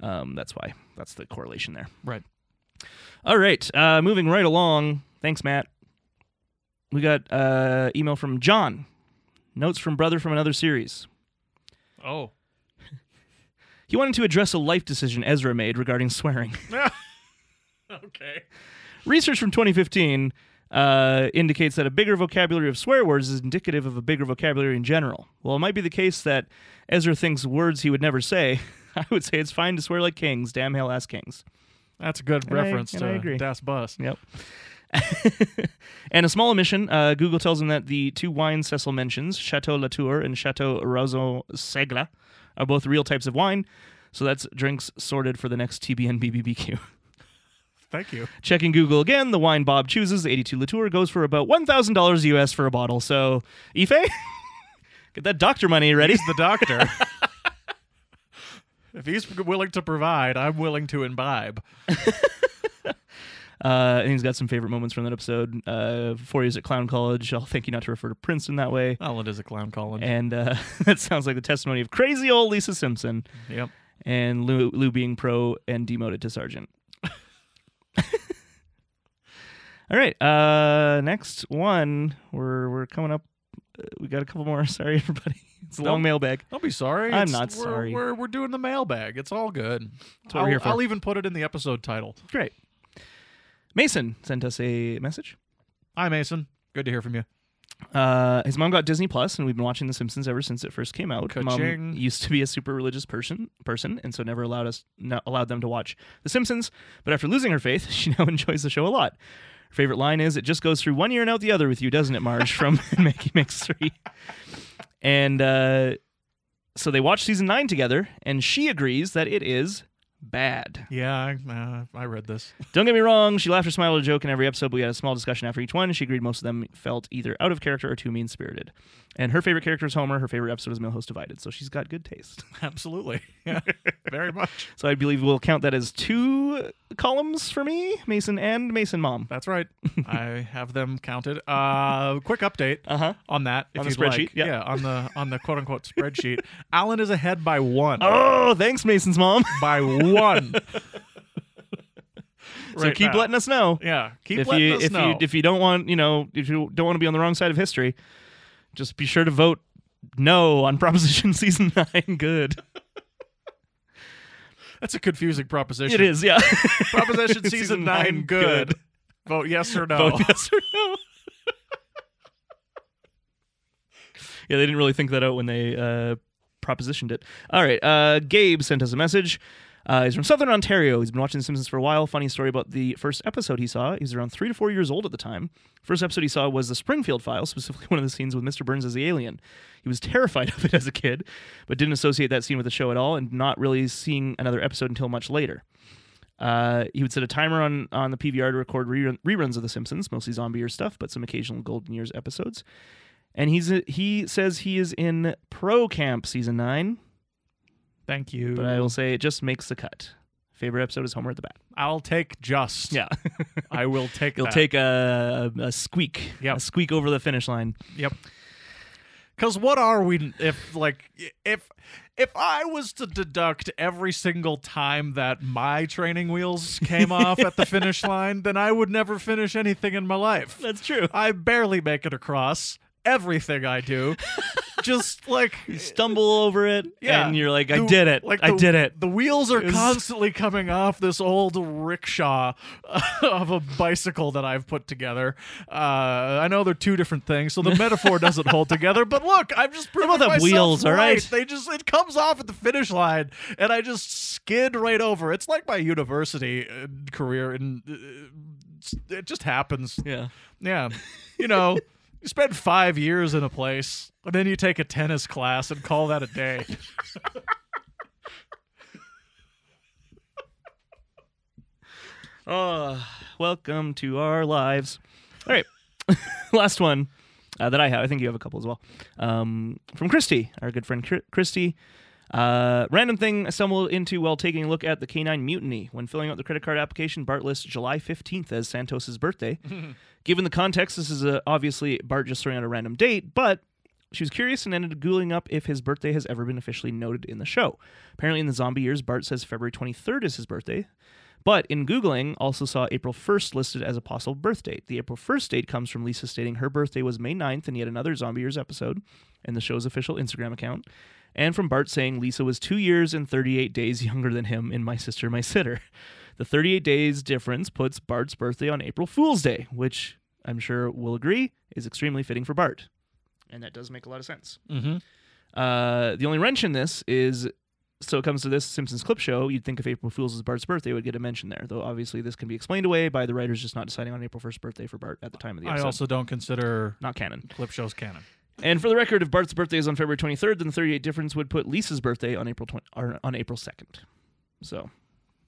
um, that's why that's the correlation there.
Right.
All right, uh, moving right along. Thanks, Matt. We got uh, email from John. Notes from brother from another series.
Oh.
He wanted to address a life decision Ezra made regarding swearing.
okay.
Research from 2015 uh, indicates that a bigger vocabulary of swear words is indicative of a bigger vocabulary in general. While it might be the case that Ezra thinks words he would never say, I would say it's fine to swear like kings, damn hell ass kings.
That's a good
I-
reference
and I
to
agree.
Das Bus.
Yep. and a small omission, uh, Google tells him that the two wines Cecil mentions, Chateau Latour and Chateau Roseau Segla, are both real types of wine, so that's drinks sorted for the next TBN BBBQ.
Thank you.
Checking Google again, the wine Bob chooses, the 82 Latour, goes for about $1,000 US for a bottle. So, Ife, get that doctor money ready.
He's the doctor. if he's willing to provide, I'm willing to imbibe.
Uh, and he's got some favorite moments from that episode. Uh, four years at Clown College. I'll thank you not to refer to Princeton that way.
Well, it is a clown calling.
And uh, that sounds like the testimony of crazy old Lisa Simpson
yep.
and Lou, Lou being pro and demoted to sergeant. All right, uh, next one. We're we're coming up. Uh, we got a couple more. Sorry, everybody. It's a long
Nope.
mailbag.
Don't be sorry.
I'm
It's-
not
we're,
sorry.
We're, we're doing the mailbag. It's all good.
That's what we're
I'll,
here for.
I'll even put it in the episode title.
Great. Mason sent us a message.
Hi, Mason. Good to hear from you.
Uh, his mom got Disney Plus, and we've been watching The Simpsons ever since it first came out. Mom
Ka-ching.
used to be a super religious person, person, and so never allowed us no, allowed them to watch The Simpsons. But after losing her faith, she now enjoys the show a lot. Her favorite line is, "It just goes through one ear and out the other with you, doesn't it, Marge?" From Mickey Mix Three. And uh, so they watch season nine together, and she agrees that it is bad.
Yeah, I, uh, I read this.
Don't get me wrong, she laughed or smiled at a joke in every episode, but we had a small discussion after each one. She agreed most of them felt either out of character or too mean spirited. And her favorite character is Homer, her favorite episode is Millhouse Divided, so she's got good taste.
Absolutely. Yeah, very much.
So I believe we'll count that as two columns for me Mason and Mason Mom.
That's right. I have them counted. Uh, quick update
Uh huh.
on that. If
On the
you'd
spreadsheet,
Like.
yeah.
on the on the quote unquote spreadsheet. Alan is ahead by one.
Oh, thanks, Mason's Mom.
By one.
so
Right
keep
now.
letting us know.
Yeah, keep
if
letting
you
us
if
know.
you if you don't want you know if you don't want to be on the wrong side of history, just be sure to vote no on Proposition Season Nine. Good,
That's a confusing proposition.
it is. Yeah,
Proposition season,
Season
nine,
nine,
good.
good.
Vote yes or no.
Vote yes or no. yeah, they didn't really think that out when they uh, propositioned it. All right, uh, Gabe sent us a message. Uh, he's from Southern Ontario. He's been watching The Simpsons for a while. Funny story about the first episode he saw. He was around three to four years old at the time. First episode he saw was the Springfield File, specifically one of the scenes with Mr. Burns as the alien. He was terrified of it as a kid, but didn't associate that scene with the show at all, and not really seeing another episode until much later. Uh, he would set a timer on, on the PVR to record rerun, reruns of The Simpsons, mostly zombie year stuff, but some occasional Golden Years episodes. And he's uh, he says he is in pro camp season nine,
Thank you.
but I will say it just makes the cut. Favorite episode is Homer at the Bat.
I'll take just. I will take
you'll
that.
take a, a squeak,
Yep.
a squeak over the finish line.
Yep. Cause what are we if like if if I was to deduct every single time that my training wheels came off at the finish line, then I would never finish anything in my life.
That's true.
I barely make it across everything I do. Just like
You stumble over it,
Yeah.
and you're like, I
The-
did it,
like
I
the-
did it.
The wheels are
It was-
constantly coming off this old rickshaw of a bicycle that I've put together. Uh, I know they're two different things, so the metaphor doesn't hold together. But look, I've just proven
both have
myself
wheels, all
right.
right?
They just it comes off at the finish line, and I just skid right over. It's like my university uh, career, and uh, it just happens.
Yeah,
Yeah. You know, you spend five years in a place, and then you take a tennis class and call that a day.
Uh, Oh, welcome to our lives. All right. Last one. uh, that I have. I think you have a couple as well. Um, from Christy, our good friend Chr- Christy. Uh, random thing assembled into while taking a look at the K9 Mutiny. When filling out the credit card application, Bart lists July 15th as Santos's birthday. Given the context, this is uh obviously Bart just throwing out a random date, but she was curious and ended up googling up if his birthday has ever been officially noted in the show. Apparently, in the zombie years, Bart says February 23rd is his birthday, but in Googling, also saw April 1st listed as a possible birth date. The April 1st date comes from Lisa stating her birthday was May 9th in yet another Zombie Years episode and the show's official Instagram account, and from Bart saying Lisa was two years and 38 days younger than him in My Sister, My Sitter. The 38 days difference puts Bart's birthday on April Fool's Day, which I'm sure we'll agree is extremely fitting for Bart. And that does make a lot of sense.
Mm-hmm.
Uh, the only wrench in this is so it comes to this Simpsons clip show. You'd think if April Fool's is Bart's birthday, it would get a mention there. Though obviously this can be explained away by the writers just not deciding on April 1st birthday for Bart at the time of the
I
episode.
also don't consider
not canon.
clip shows canon.
And for the record, if Bart's birthday is on February 23rd, then the 38 difference would put Lisa's birthday on April 20, or on April 2nd. So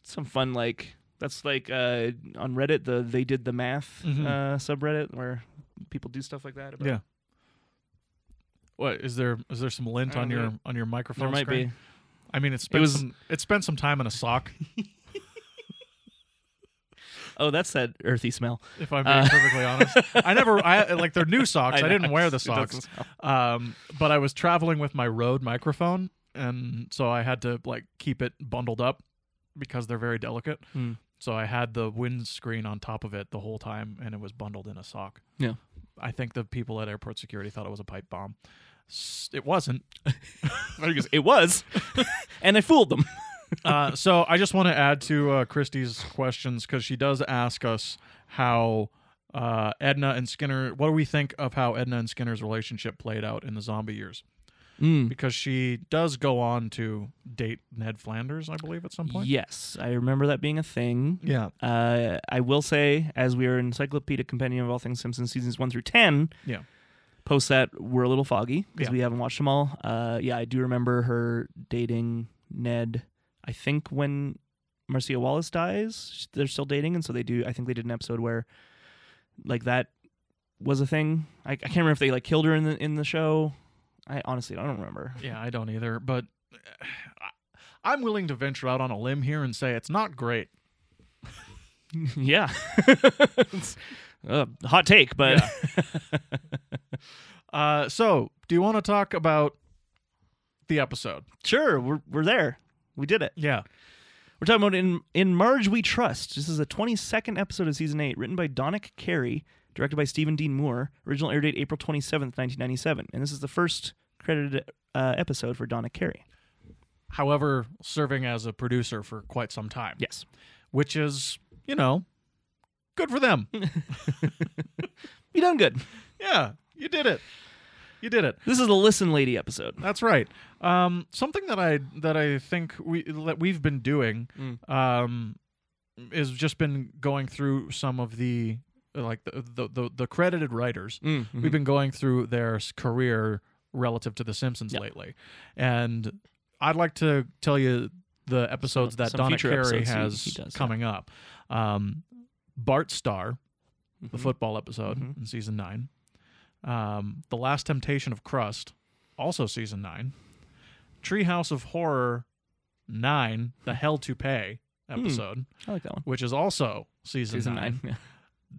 some fun like that's like uh, on Reddit the they did the math
Mhm.
uh, subreddit where people do stuff like that. About
Yeah. What is there? Is there some lint
I
on
don't
your
know.
on your
Uh, There
microphone?
might
screen?
be.
I mean, it spent
was-
some, it spent some time in a sock.
Oh, that's that earthy smell.
If I'm being perfectly honest, I never I like they're new socks. Uh. I,
know,
didn't wear the
it doesn't
socks,
smell.
um, but I was traveling with my Rode microphone, and so I had to like keep it bundled up because they're very delicate.
Hmm.
So I had the windscreen on top of it the whole time, and it was bundled in a sock.
Yeah.
I think the people at airport security thought it was a pipe bomb. S- It wasn't.
Rodriguez, it was, and I fooled them.
uh, so I just want to add to uh, Christy's questions because she does ask us how uh, Edna and Skinner. What do we think of how Edna and Skinner's relationship played out in the zombie years? Because she does go on to date Ned Flanders, I believe, at some point.
Yes, I remember that being a thing.
Yeah.
Uh, I will say, as we are an encyclopedic compendium of all things Simpson seasons one through ten.
Yeah.
Post that we're a little foggy because
Yeah.
we haven't watched them all. Uh, yeah, I do remember her dating Ned. I think when Marcia Wallace dies, they're still dating, and so they do. I think they did an episode where, like that, was a thing. I, I can't remember if they like killed her in the in the show. I honestly don't remember.
Yeah, I don't either. But uh, I- I'm willing to venture out on a limb here and say it's not great.
yeah. It's, uh, hot take, but
Uh, so, do you want to talk about the episode?
sure, we're we're there. We did it.
Yeah.
We're talking about in in Marge We Trust. This is the 22nd episode of season 8, written by Donick Carey, directed by Stephen Dean Moore. Original air date April 27th, 1997, and this is the first credited uh, episode for Donna Carey.
However, serving as a producer for quite some time.
Yes.
which is, you know, good for them.
You done good.
yeah, you did it. You did it.
This is the Listen Lady episode.
That's right. Um, something that I that I think we that we've been doing
Mm.
um, is just been going through some of the like the the, the, the credited writers.
Mm-hmm.
We've been going through their s- career relative to The Simpsons
Yeah.
lately, and I'd like to tell you the episodes that
some
Donna
future
Carey
episodes he-
has
he does, yeah.
coming up. Um, Bart Star, the
Mhm.
football episode
Mhm.
in season nine. Um, the Last Temptation of Crust, also season nine. Treehouse of Horror nine, the Hell to Pay episode,
I like that one.
which is also season,
Season
nine.
9.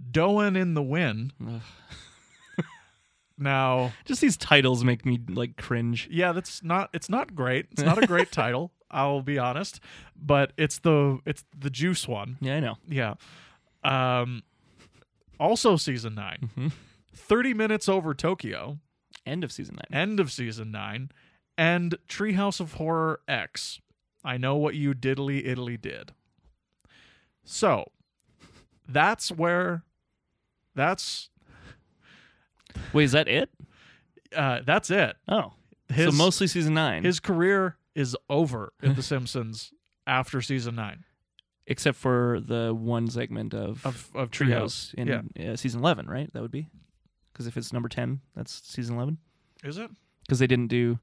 Doan in the Wind.
Yeah. Ugh.
Now,
Just these titles make me like cringe.
yeah, that's not it's not great. It's not a great title, I'll be honest. But it's the it's the juice one.
Yeah, I know.
Yeah. Um also season 9
Mhm.
30 minutes over Tokyo.
End of season 9.
end of season nine, and Treehouse of Horror X. I know what you diddly Italy did. So that's where that's
Wait, is that it?
uh, that's it.
Oh,
His
so mostly season nine,
his career is over at The Simpsons after season nine
except for the one segment of,
of of Treehouse.
Treehouse in uh, season eleven, right? That would be because if it's number ten, that's season eleven.
Is it?
Because they didn't do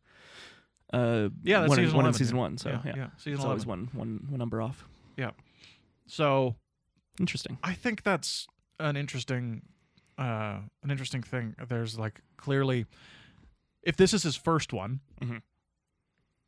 uh
Yeah, that's
one, in-
season
one
11,
in season
yeah.
one, so yeah,
season
it's
eleven.
always one one one number off.
So
Interesting.
I think that's an interesting uh, an interesting thing. There's like clearly, if this is his first one,
Mhm.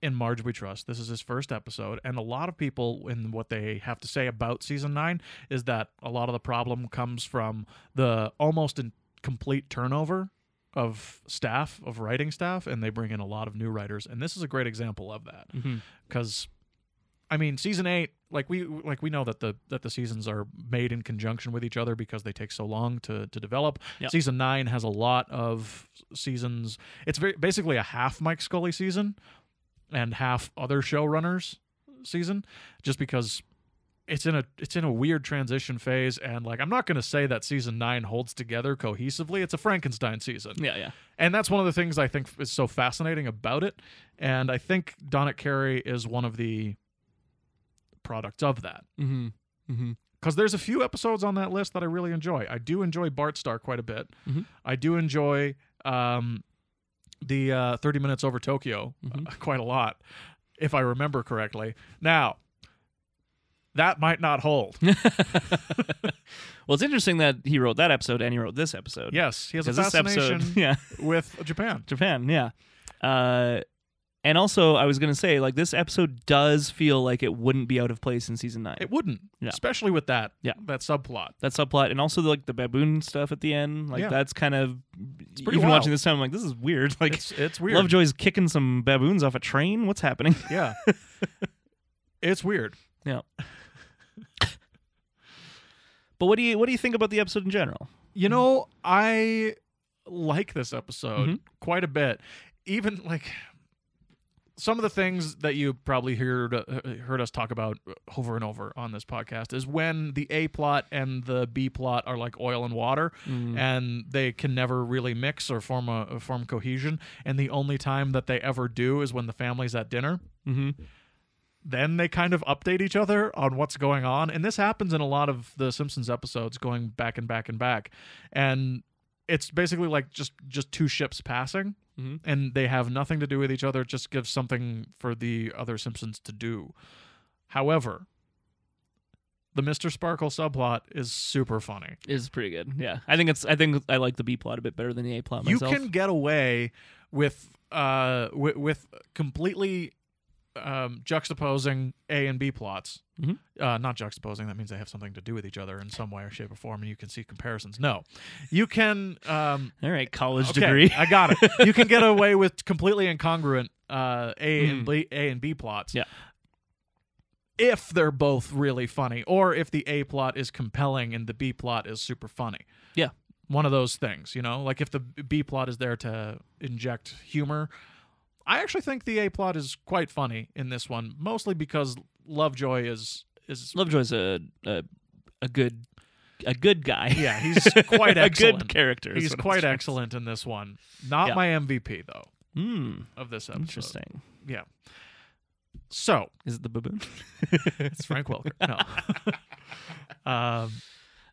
in Marge We Trust, this is his first episode, and a lot of people in what they have to say about season nine is that a lot of the problem comes from the almost in complete turnover of staff of writing staff and they bring in a lot of new writers and this is a great example of that because I mean, season eight, like we like we know that the that the seasons are made in conjunction with each other because they take so long to to develop.
Yep.
Season nine has a lot of seasons. It's very, basically a half Mike Scully season and half other showrunners season, just because it's in a it's in a weird transition phase. And like, I'm not going to say that season nine holds together cohesively. It's a Frankenstein season.
Yeah, yeah.
And that's one of the things I think is so fascinating about it. And I think Donna Carey is one of the products of that.
Mm-hmm. Mm-hmm.
Because there's a few episodes on that list that I really enjoy. I do enjoy Bart Star quite a bit.
Mhm.
I do enjoy um, the uh, 30 Minutes Over Tokyo uh,
Mm-hmm.
quite a lot, if I remember correctly. Now, that might not hold.
Well, it's interesting that he wrote that episode and he wrote this episode.
yes, he has a
because this episode,
fascination
yeah,
with Japan.
Japan, yeah. Uh, and also, I was gonna say, like, this episode does feel like it wouldn't be out of place in season nine.
It wouldn't,
Yeah.
especially with that
Yeah.
that subplot.
that subplot, and also like the baboon stuff at the end, like
Yeah.
that's kind of even
pretty wild.
watching this time, I'm like, this is weird. Like,
It's it's weird.
Lovejoy's kicking some baboons off a train. What's happening?
Yeah. it's weird.
yeah. but what do you what do you think about the episode in general?
You know, I like this episode
Mhm.
quite a bit. Even like some of the things that you probably heard uh, heard us talk about over and over on this podcast is when the A plot and the B plot are like oil and water and they can never really mix or form a form cohesion and the only time that they ever do is when the family's at dinner.
Mm-hmm.
then they kind of update each other on what's going on and this happens in a lot of the simpsons episodes going back and back and back and it's basically like just just two ships passing
Mhm.
and they have nothing to do with each other it just gives something for the other simpsons to do however the mr sparkle subplot is super funny
It's pretty good. Yeah, I think it's I think I like the B plot a bit better than the A plot
you
myself.
can get away with uh with, with completely um juxtaposing a and b plots
Mhm.
uh not juxtaposing that means they have something to do with each other in some way or shape or form and you can see comparisons no you can um
All right, college
okay,
degree.
i got it you can get away with completely incongruent uh a and b a and b plots
Hmm. Yeah.
if they're both really funny or if the a plot is compelling and the b plot is super funny
Yeah.
one of those things, you know? Like if the B plot is there to inject humor, I actually think the A plot is quite funny in this one, mostly because Lovejoy is is
Lovejoy's a a, a good a good guy.
yeah, he's quite
a
excellent.
good character. is
he's
what I'm
quite
trying to say.
excellent in this one. Not
Yeah.
my MVP though
Hmm.
of this episode.
Interesting.
Yeah. So,
Is it the baboon?
it's Frank Welker. No. um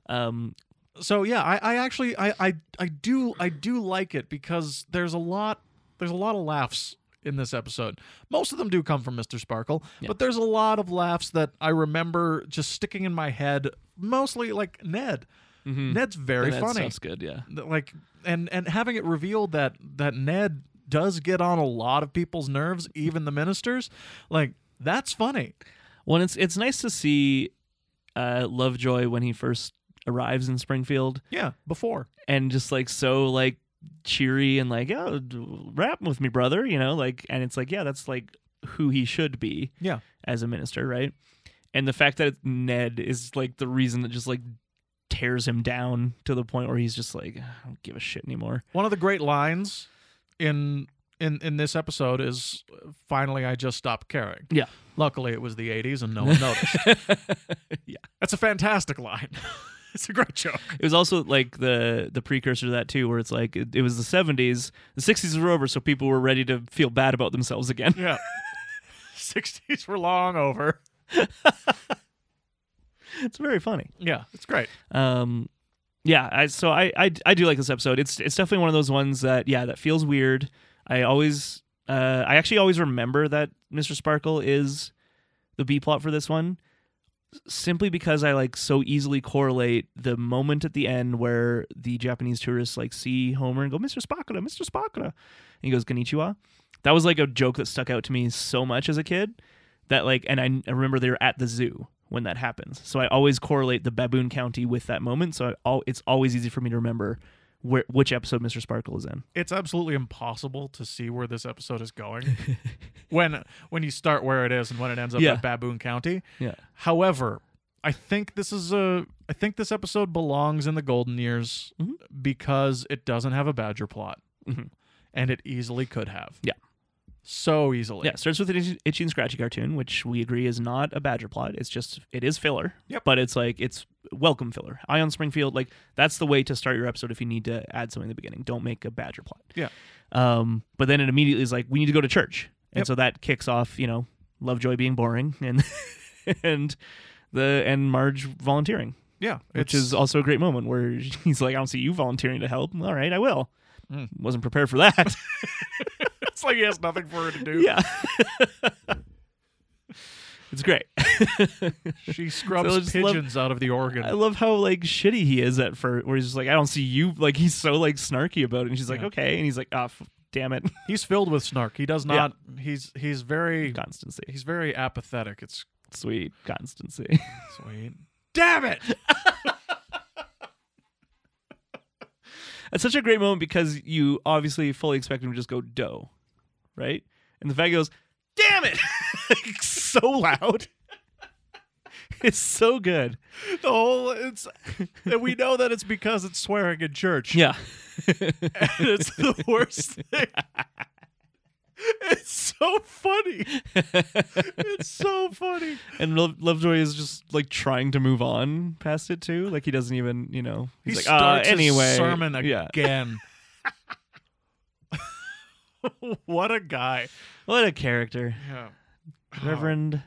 Um.
so yeah i, I actually I, I i do i do like it because there's a lot there's a lot of laughs in this episode most of them do come from mr sparkle
Yeah.
but there's a lot of laughs that i remember just sticking in my head mostly like ned
mhm.
ned's very
That
funny
stuff's good. Yeah.
Th- like and and having it revealed that that ned does get on a lot of people's nerves even the ministers like that's funny
Well, it's it's nice to see uh, Lovejoy when he first arrives in Springfield
yeah before
and just like so like cheery and like oh d- rap with me brother you know like and it's like yeah that's like who he should be
yeah
as a minister right and the fact that Ned is like the reason that just like tears him down to the point where he's just like I don't give a shit anymore
One of the great lines in in in this episode is finally I just stopped caring.
yeah
Luckily it was the 80s and no one noticed.
yeah
That's a fantastic line. it's a great joke.
It was also like the the precursor to that too, where it's like it, it was the seventies. The sixties were over, so people were ready to feel bad about themselves again.
Yeah. 60s were long over.
it's very funny.
Yeah, it's great.
Um, yeah. I, so I, I I do like this episode. It's it's definitely one of those ones that yeah that feels weird. I always uh, I actually always remember that Mr. Sparkle is the B plot for this one. simply because I like so easily correlate the moment at the end where the Japanese tourists like see Homer and go, Mr. Spockata, Mr. Spockata. And he goes, Konnichiwa. That was like a joke that stuck out to me so much as a kid that like, and I, I remember they were at the zoo when that happens. So I always correlate the Baboon County with that moment. So I, al- it's always easy for me to remember where, which episode Mr. Sparkle is in.
it's absolutely impossible to see where this episode is going when when you start where it is and when it ends up
Yeah.
at Baboon County.
Yeah.
However, I think this is a I think this episode belongs in the golden years
Mhm.
because it doesn't have a badger plot.
Mhm.
And it easily could have.
Yeah.
So easily.
Yeah, it starts with an itchy, itchy and scratchy cartoon, which we agree is not a badger plot. It's just it is filler.
Yep.
But it's like it's welcome filler. Ion Springfield, like that's the way to start your episode if you need to add something in the beginning. Don't make a badger plot.
Yeah.
Um, but then it immediately is like we need to go to church, and
Yep.
so that kicks off, you know, Lovejoy being boring and and the and Marge volunteering,
Yeah.
which
it's-
is also a great moment where he's like, I don't see you volunteering to help. All right, I will.
Mm.
Wasn't prepared for that.
it's like he has nothing for her to do.
yeah. it's great.
She scrubs
So I just love-
pigeons out of the organ.
I love how like shitty he is at first, where he's just like, I don't see you. Like he's so like snarky about it, and she's like,
Yeah.
okay, and he's like, ah, f- damn it,
he's filled with snark. He does not he's he's very
constancy,
he's very apathetic. It's
sweet constancy.
sweet. Damn it.
It's such a great moment because you obviously fully expect him to just go dough, right? And the fact he goes, damn it, Like, so loud. it's so good.
The whole it's and we know that it's because it's swearing in church.
Yeah.
and it's the worst thing. It's so funny. It's so funny.
And Lo- Lovejoy is just like trying to move on past it too. Like he doesn't even, you know, he's
he
like, ah,
starts
anyway,
his sermon
yeah.
again. what a guy.
What a character,
Yeah.
Reverend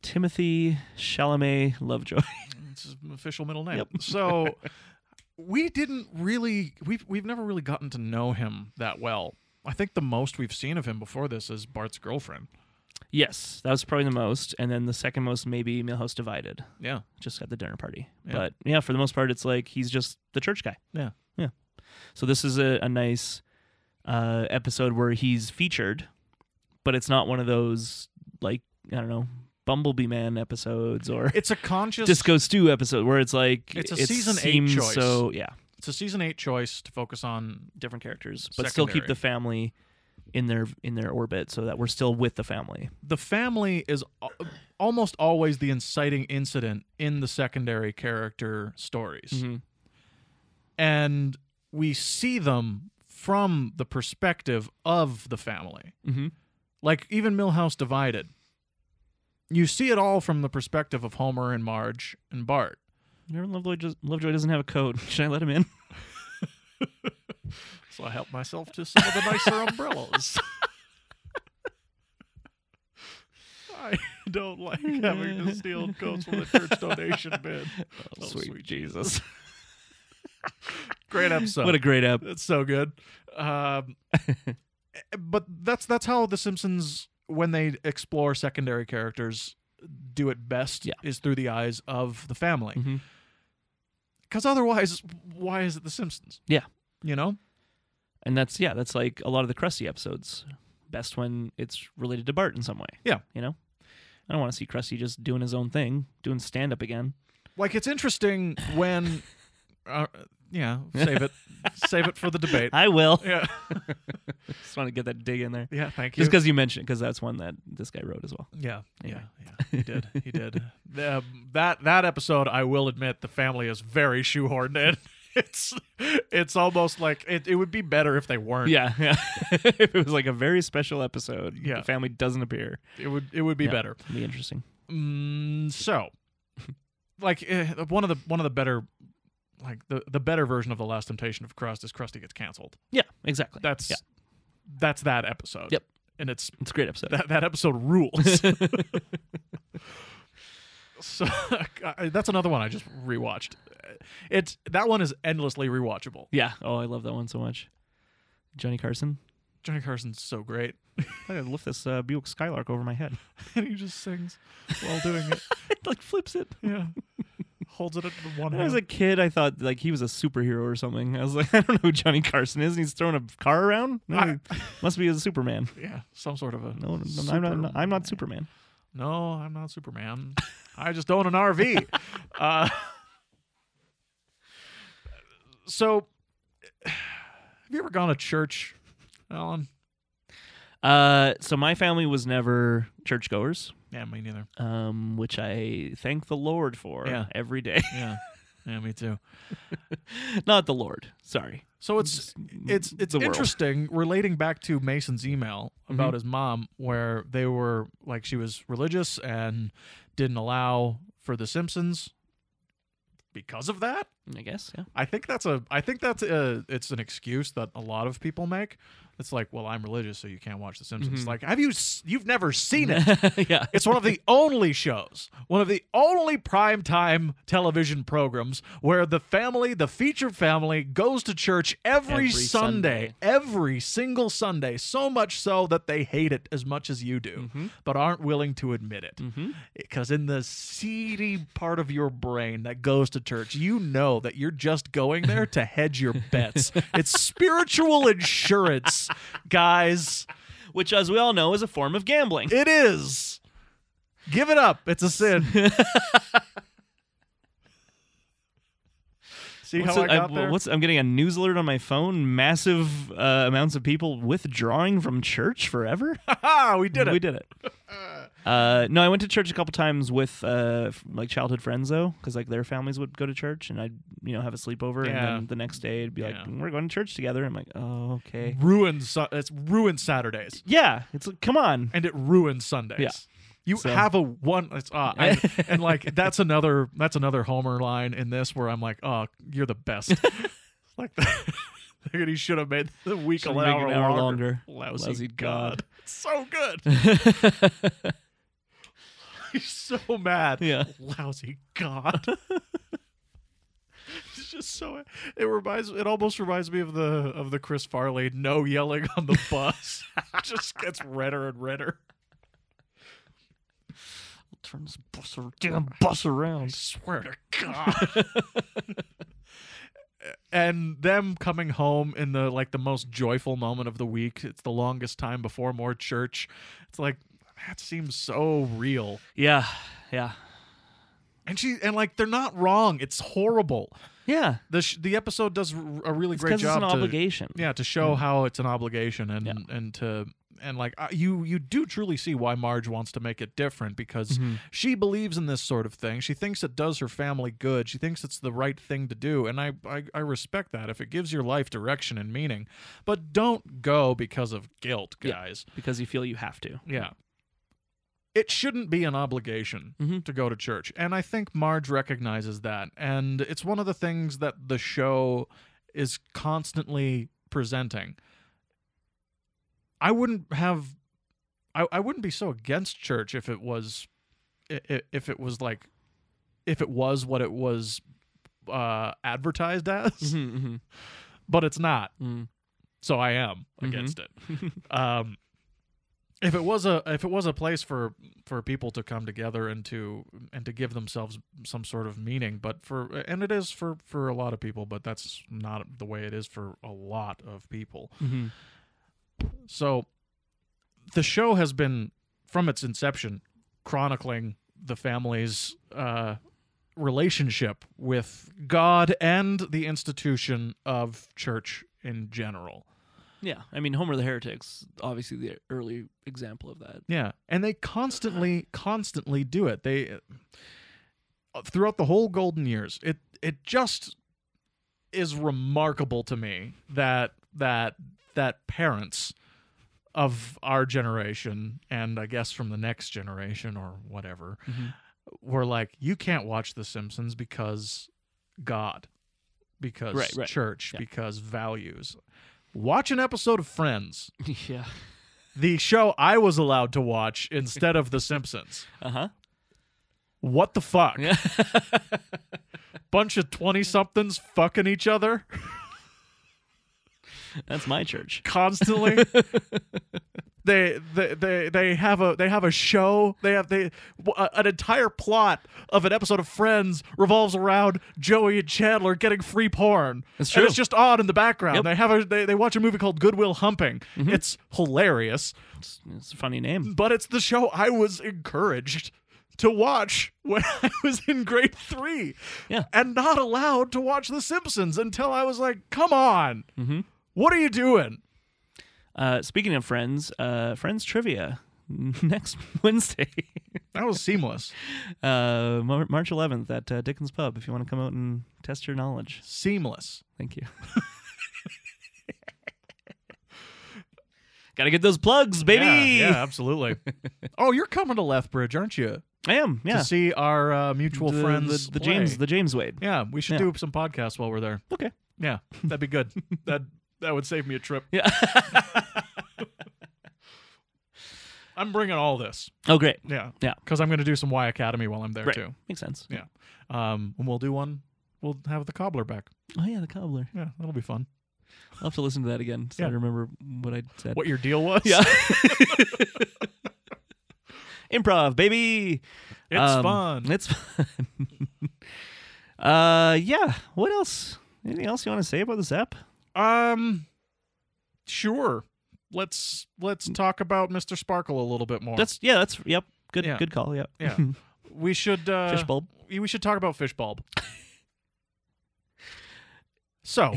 Timothy Chalamet Lovejoy.
It's his official middle name.
Yep.
So we didn't really we've we've never really gotten to know him that well. I think the most we've seen of him before this is Bart's girlfriend.
yes, that was probably the most, and then the second most maybe Millhouse Divided,
Yeah.
just at the dinner party.
Yeah.
But yeah, for the most part, it's like he's just the church guy.
Yeah.
yeah. So this is a, a nice uh, episode where he's featured, but it's not one of those like I don't know Bumblebee Man episodes or
It's a conscious
Disco Stew episode where it's like
It's a
it
season eight
seems
choice.
So yeah,
it's a season 8 choice to focus on
different characters, but still keep
Secondary.
the family in their in their orbit so that we're still with the family.
the family is al- almost always the inciting incident in the secondary character stories and we see them from the perspective of the family
Mm-hmm.
like even millhouse divided you see it all from the perspective of homer and marge and bart
Lovejoy, just, Lovejoy doesn't have a code. Should I let him in?
so i help myself to some of the nicer umbrellas I don't like
Oh,
having to steal coats from the church donation bin. Oh, sweet
Jesus!
Great episode.
what a great app.
That's so good. Um, but that's that's how the Simpsons, when they explore secondary characters, do it best
Yeah.
is through the eyes of the family.
Mhm.
Because otherwise, why is it the Simpsons?
Mm-hmm. Yeah.
you know.
And that's yeah, that's like a lot of the Krusty episodes. Best when it's related to Bart in some way.
Yeah.
you know, I don't want to see Krusty just doing his own thing, doing stand up again.
Like it's interesting when, uh, yeah, save it, save it for the debate.
I will.
Yeah,
just want to get that dig in there.
yeah. Thank you.
Just because you mentioned it, because that's one that this guy wrote as well.
Yeah, yeah,
Anyway.
yeah. He did. He did. Um, that that episode, I will admit, the family is very shoehorned in. It's it's almost like it, it would be better if they weren't.
Yeah, yeah. if it was like a very special episode,
Yeah.
the family doesn't appear.
it would it would be
Yeah.
better.
It'd be interesting.
Mm, so, like eh, one of the one of the better, like the the better version of the Last Temptation of Crust is Krusty gets canceled.
Yeah, exactly.
That's
yeah.
that's that episode.
Yep.
and it's
It's a great episode.
that that episode rules. so I- that's another one I just rewatched. It's that one is endlessly rewatchable.
yeah. Oh, I love that one so much. Johnny Carson.
Johnny Carson's so great.
I gotta lift this uh, Buick Skylark over my head.
and he just sings while doing it.
it like flips it.
Yeah. Holds it at the one
When I was
hand.
a kid, I thought like he was a superhero or something. I was like, I don't know who Johnny Carson is. and He's throwing a car around. No,
I-
he must be a Superman.
yeah, some sort of a.
No, no, no, I'm not. I'm not Superman.
No, I'm not Superman. I just own an RV. uh, so, have you ever gone to church, Alan?
Uh, so my family was never churchgoers,
Yeah, me neither.
um, which I thank the Lord for
Yeah.
every day.
Yeah, yeah, me too.
not the Lord. Sorry.
So it's it's it's
the world. Mm-hmm.
interesting relating back to Mason's email about his mom, where they were like she was religious and didn't allow for The Simpsons because of that.
I guess. Yeah.
I think that's a I think that's a it's an excuse that a lot of people make. It's like, well, I'm religious, so you can't watch The Simpsons.
Mhm.
Like, have you s- you've never seen it?
yeah.
it's one of the only shows, one of the only primetime television programs where the family, the feature family, goes to church every,
Every
Sunday,
Sunday.
every single Sunday. So much so that they hate it as much as you do, but aren't willing to admit it
Mm-hmm.
because in the seedy part of your brain that goes to church, you know that you're just going there to hedge your bets. It's spiritual insurance, guys.
Which, as we all know, is a form of gambling.
It is. Give it up. It's a sin. See
What's
how I
it-
got there?
what's- I'm getting a news alert on my phone. Massive uh, amounts of people withdrawing from church forever.
Ah, we did it.
We did it. Uh, no, I went to church a couple times with uh, f- like childhood friends though, because like their families would go to church, and I'd you know have a sleepover,
Yeah.
and then the next day it'd be
Yeah.
like we're going to church together. I'm like, oh okay,
Ruined. Su- it's ruined Saturdays.
yeah. It's like come on,
and it ruins Sundays.
Yeah.
You
So-
have a one. It's uh, I- and like that's another that's another Homer line in this where I'm like, oh, you're the best. like that. And he should have made the week
Should've
an
made it
hour,
an hour
longer.
longer.
Lousy,
Lousy
god.
God.
It's so good. He's so mad.
Yeah.
Lousy god. It's just so. It reminds. It almost reminds me of the of the Chris Farley no yelling on the bus. just gets redder and redder.
turn this bus ar- damn bus around.
swear to God. and them coming home in the like the most joyful moment of the week. It's the longest time before more church. It's like that seems so real.
Yeah, yeah,
And she and like they're not wrong. It's horrible.
yeah.
The sh- the episode does r- a really great
Because it's
job
an
to-
obligation. Mm.
yeah, to show how it's an obligation and
Yeah.
and to and like uh, you you do truly see why Marge wants to make it different because
Mm-hmm.
she believes in this sort of thing. She thinks it does her family good. She thinks it's the right thing to do, and I I, I respect that if it gives your life direction and meaning. But don't go because of guilt,
Yeah.
guys.
because you feel you have to.
Yeah. It shouldn't be an obligation
Mhm.
to go to church. And I think Marge recognizes that. And it's one of the things that the show is constantly presenting. I wouldn't have I, I wouldn't be so against church if it was i- i- if it was like if it was what it was uh advertised as,
Mm-hmm,
but it's not
mm-hmm.
so I am
Mhm.
against it. um, if it was a if it was a place for for people to come together and to and to give themselves some sort of meaning, but for and it is for for a lot of people, but that's not the way it is for a lot of people.
Mm-hmm.
So the show has been from its inception chronicling the family's uh, relationship with God and the institution of church in general.
Yeah, I mean Homer the Heretic's obviously the early example of that.
Yeah, and they constantly, constantly do it. They uh, throughout the whole golden years. It it just is remarkable to me that that that parents of our generation and I guess from the next generation or whatever
Mhm.
were like, you can't watch The Simpsons because God, because
Right, right.
church,
Yeah.
because values. Watch an episode of Friends
yeah.
the show I was allowed to watch instead of The Simpsons.
Uh huh.
What the fuck?
Yeah.
Bunch of 20 somethings fucking each other?
That's my church.
constantly. they, they they they have a they have a show. They have they w- a- an entire plot of an episode of Friends revolves around Joey and Chandler getting free porn.
That's
And
true.
it's just on in the background.
Yep. Mm-hmm.
They have a they, they watch a movie called Goodwill Humping. It's hilarious,
It's, it's a funny name.
but it's the show I was encouraged to watch when I was in grade 3
Yeah.
and not allowed to watch The Simpsons until I was like, "Come on.
Mhm.
What are you doing?"
Uh, speaking of friends, uh, friends trivia next Wednesday,
That was seamless.
uh, Mar- March 11th at uh, Dickens Pub. If you want to come out and test your knowledge,
seamless.
thank you. Got to get those plugs, baby.
Yeah, yeah, absolutely. oh, you're coming to Lethbridge, aren't you?
I am. Yeah.
To see our uh, mutual
the,
friends.
the, the
play.
James the James Wade.
Yeah, we should
Yeah.
do some podcasts while we're there.
Okay.
Yeah, that'd be good. that that would save me a trip.
Yeah.
I'm bringing all this.
oh, great.
Yeah.
Yeah.
Because I'm going to do some Y Academy while I'm there
Right.
too.
Makes sense.
Yeah. Um, and we'll do one. We'll have the cobbler back.
Oh yeah, the cobbler.
Yeah, that'll be fun.
I'll have to listen to that again so I
Yeah.
remember what I said.
What your deal was?
Yeah. Improv, baby.
It's
Um,
fun.
It's fun. uh, yeah. What else? Anything else you want to say about this app?
Um. Sure. Let's let's talk about Mr. Sparkle a little bit more.
That's yeah. That's yep. Good.
Yeah.
Good call. Yep.
Yeah. we should uh,
Fishbulb.
we we should talk about fishbulb. so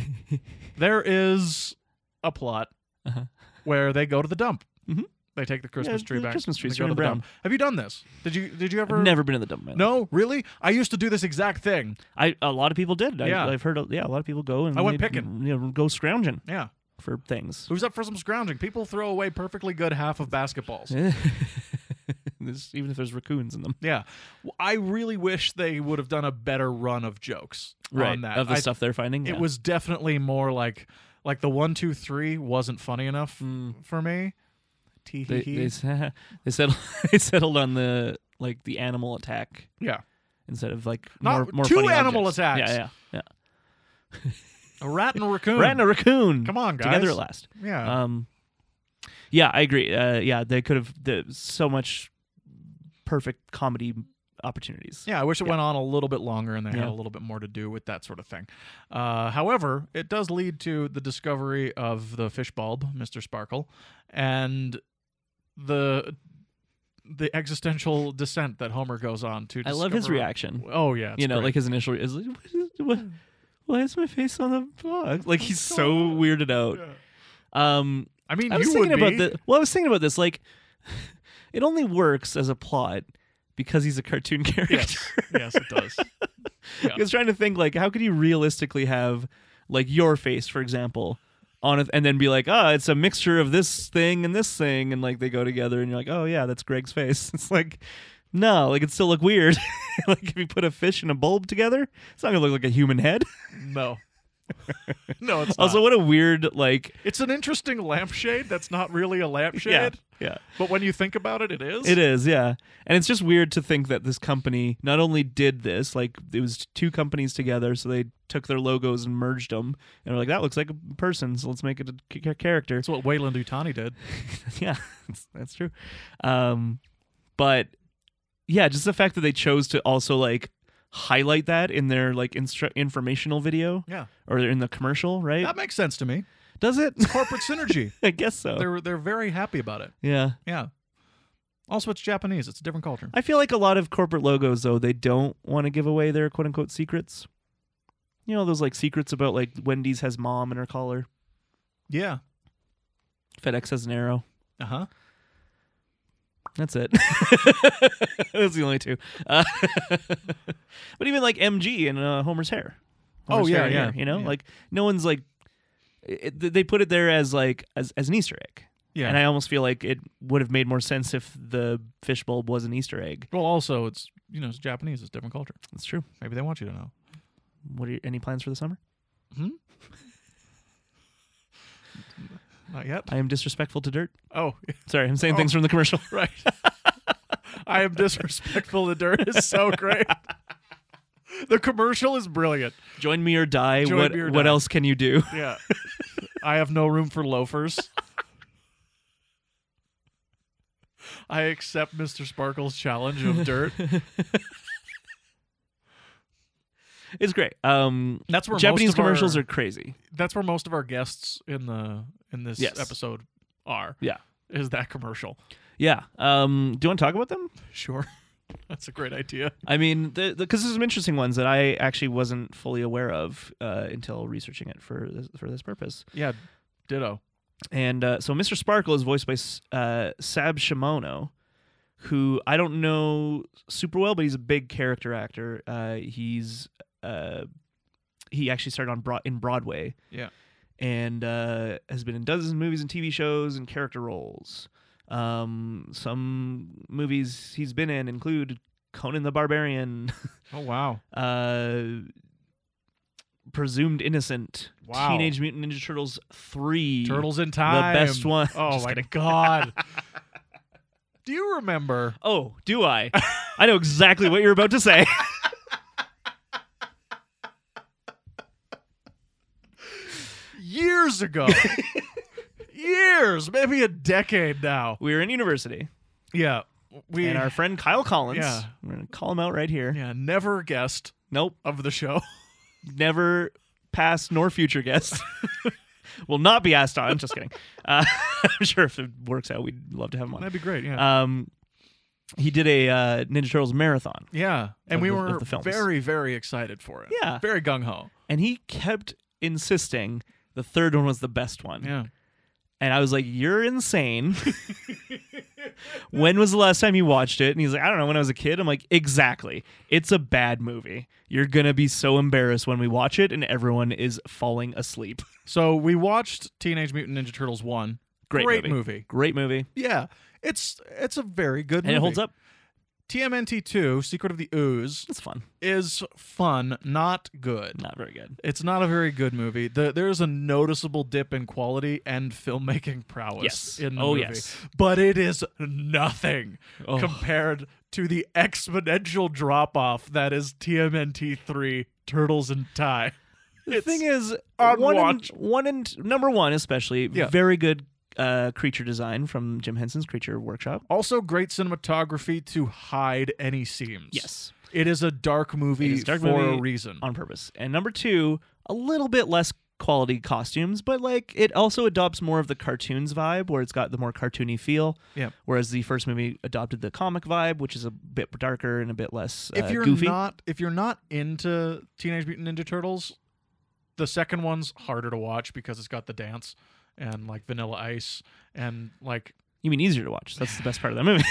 there is a plot
Uh-huh.
where they go to the dump.
Mhm.
They take the Christmas
Yeah,
tree
the
back.
Christmas trees
they go
are
to
in
the dump. Have you done this? Did you did you ever?
I've never been in the dump. in my life.
No, really? I used to do this exact thing.
I a lot of people did. I,
Yeah.
I've heard. Yeah, a lot of people go and
I went
they,
picking.
You know, go scrounging
Yeah.
for things.
Who's up for some scrounging? People throw away perfectly good half of basketballs.
There's- even if there's raccoons in them.
Yeah. W- I really wish they would have done a better run of jokes on that.
Of the
I-
stuff they're finding.
It was definitely more like like the one, two, three wasn't funny enough for me. Tee hee
Mm. They
hee.
they, s- they settled they settled on the like the animal attack
Yeah.
instead of like
Not-
more, more
two
funny
animal
objects.
attacks.
Yeah, yeah,
A rat and a raccoon.
yeah. Rat and a raccoon.
Come on, guys. Oh.
together at last.
Yeah.
Um, yeah, I agree. Uh, yeah, they could have the, so much perfect comedy opportunities.
yeah, I wish it went on a little bit longer and they had
Yeah.
a little bit more to do with that sort of thing. Uh, however, it does lead to the discovery of the fish bulb, Mr. Sparkle, and the the existential descent that Homer goes on to
I love his
discover-
reaction.
Oh yeah. it's
you know,
great.
like his initial is like, what is, what, why is my face on the box? Like he's
What's
so
going on?
weirded out.
Yeah.
Um,
I mean,
I was
you
thinking
would
about
be.
the well, I was thinking about this. Like, it only works as a plot because he's a cartoon character.
Yes. yes, it does.
I was trying to think like, how could you realistically have like your face, for example, on it, and then be like, oh, it's a mixture of this thing and this thing, and like they go together, and you're like, oh yeah, that's Greg's face. It's like. No, like it still look weird. like if you put a fish and a bulb together, it's not gonna look like a human head.
No. no, it's
Also,
not.
what a weird like
It's an interesting lampshade that's not really a lampshade,
yeah yeah
but when you think about it, it is.
it is yeah, and it's just weird to think that this company not only did this like it was two companies together, so they took their logos and merged them, and were like that looks like a person, so let's make it a c- c- character.
That's what Wayland Utani did.
yeah, that's, that's true. Um, but yeah, just the fact that they chose to also like highlight that in their like instru- informational video
Yeah.
or in the commercial, right?
That makes sense to me.
Does it?
Corporate synergy.
I guess so.
They're they're very happy about it.
yeah.
Yeah. Also, it's Japanese. It's a different culture.
I feel like a lot of corporate logos though they don't want to give away their quote unquote secrets. You know those like secrets about like Wendy's has mom in her collar,
Yeah.
FedEx has an arrow.
Uh huh.
That's it. That's the only two. Uh, but even like MG and uh, Homer's hair.
Oh,
Homer's
yeah,
hair and
yeah,
hair, you know,
yeah.
like no one's like it, they put it there as like as, as an Easter egg.
Yeah.
And I almost feel like it would have made more sense if the fish bulb was an Easter egg.
well, also, it's you know, it's Japanese. It's a different culture.
That's true.
Maybe they want you to know.
What are your, any plans for the summer?
Not yet.
I am disrespectful to dirt.
Oh,
Sorry, I'm saying things from the commercial.
right. I am disrespectful. The dirt is so great. The commercial is brilliant.
Join me or die.
Join
what
me or
what
die.
else can you do?
Yeah. I have no room for loafers. I accept Mr. Sparkle's challenge of dirt.
It's great. Um,
That's where
Japanese
most of our-
commercials are crazy.
That's where most of our guests in the in this
Yes.
episode are.
Yeah.
is that commercial?
Yeah. Um, do you want to talk about them?
Sure, that's a great idea.
I mean, because the, 'cause there's some interesting ones that I actually wasn't fully aware of uh, until researching it for this, for this purpose.
Yeah, ditto.
And uh, so Mr. Sparkle is voiced by S- uh, Sab Shimono, who I don't know super well, but he's a big character actor. Uh, he's uh, he actually started on Broad- in Broadway.
Yeah.
And uh, has been in dozens of movies and TV shows and character roles. Um, some movies he's been in include Conan the Barbarian,
Oh wow,
uh, Presumed Innocent,
Wow.
Teenage Mutant Ninja Turtles 3.
Turtles in Time,
best one.
Oh
Just
my
kidding.
god. Do you remember?
Oh, do I? I know exactly what you're about to say.
years ago. years, maybe a decade now.
We were in university,
Yeah. We
and our friend Kyle Collins.
Yeah.
We're gonna call him out right here.
yeah, never guest
Nope,
of the show.
never past nor future guest. Will not be asked on. I'm just kidding. Uh, I'm sure if it works out, we'd love to have him on.
That'd be great, yeah.
Um, he did a uh, Ninja Turtles marathon,
yeah.
of
And we
the-
were
of the films.
very, very excited for it.
Yeah.
Very gung ho.
and he kept insisting the third one was the best one.
Yeah.
And I was like, You're insane. when was the last time you watched it? And he's like, I don't know, when I was a kid. I'm like, Exactly. It's a bad movie. You're going to be so embarrassed when we watch it and everyone is falling asleep.
So we watched Teenage Mutant Ninja Turtles one.
Great
movie.
movie. Great movie.
Yeah. It's it's a very good
And
movie.
it holds up.
TMNT two, Secret of the Ooze,
It's fun.
is fun, not good.
Not very good.
It's not a very good movie. The, there's a noticeable dip in quality and filmmaking prowess
Yes.
in the
Oh,
movie.
yes.
But it is nothing
Oh.
compared to the exponential drop off that is TMNT 3 Turtles in Time.
The thing is,
unwatch-
one and, one and number one, especially,
Yeah.
very good uh, creature design from Jim Henson's Creature Workshop.
Also, great cinematography to hide any seams.
Yes.
It is a dark movie
It is a dark
for
movie
a reason.
on purpose. And number two, a little bit less quality costumes, but like it also adopts more of the cartoons vibe where it's got the more cartoony feel.
Yep.
Whereas the first movie adopted the comic vibe, which is a bit darker and a bit less uh,
if you're
goofy.
not if you're not into Teenage Mutant Ninja Turtles, the second one's harder to watch because it's got the dance and like Vanilla Ice and like
you mean easier to watch. That's the best part of that movie.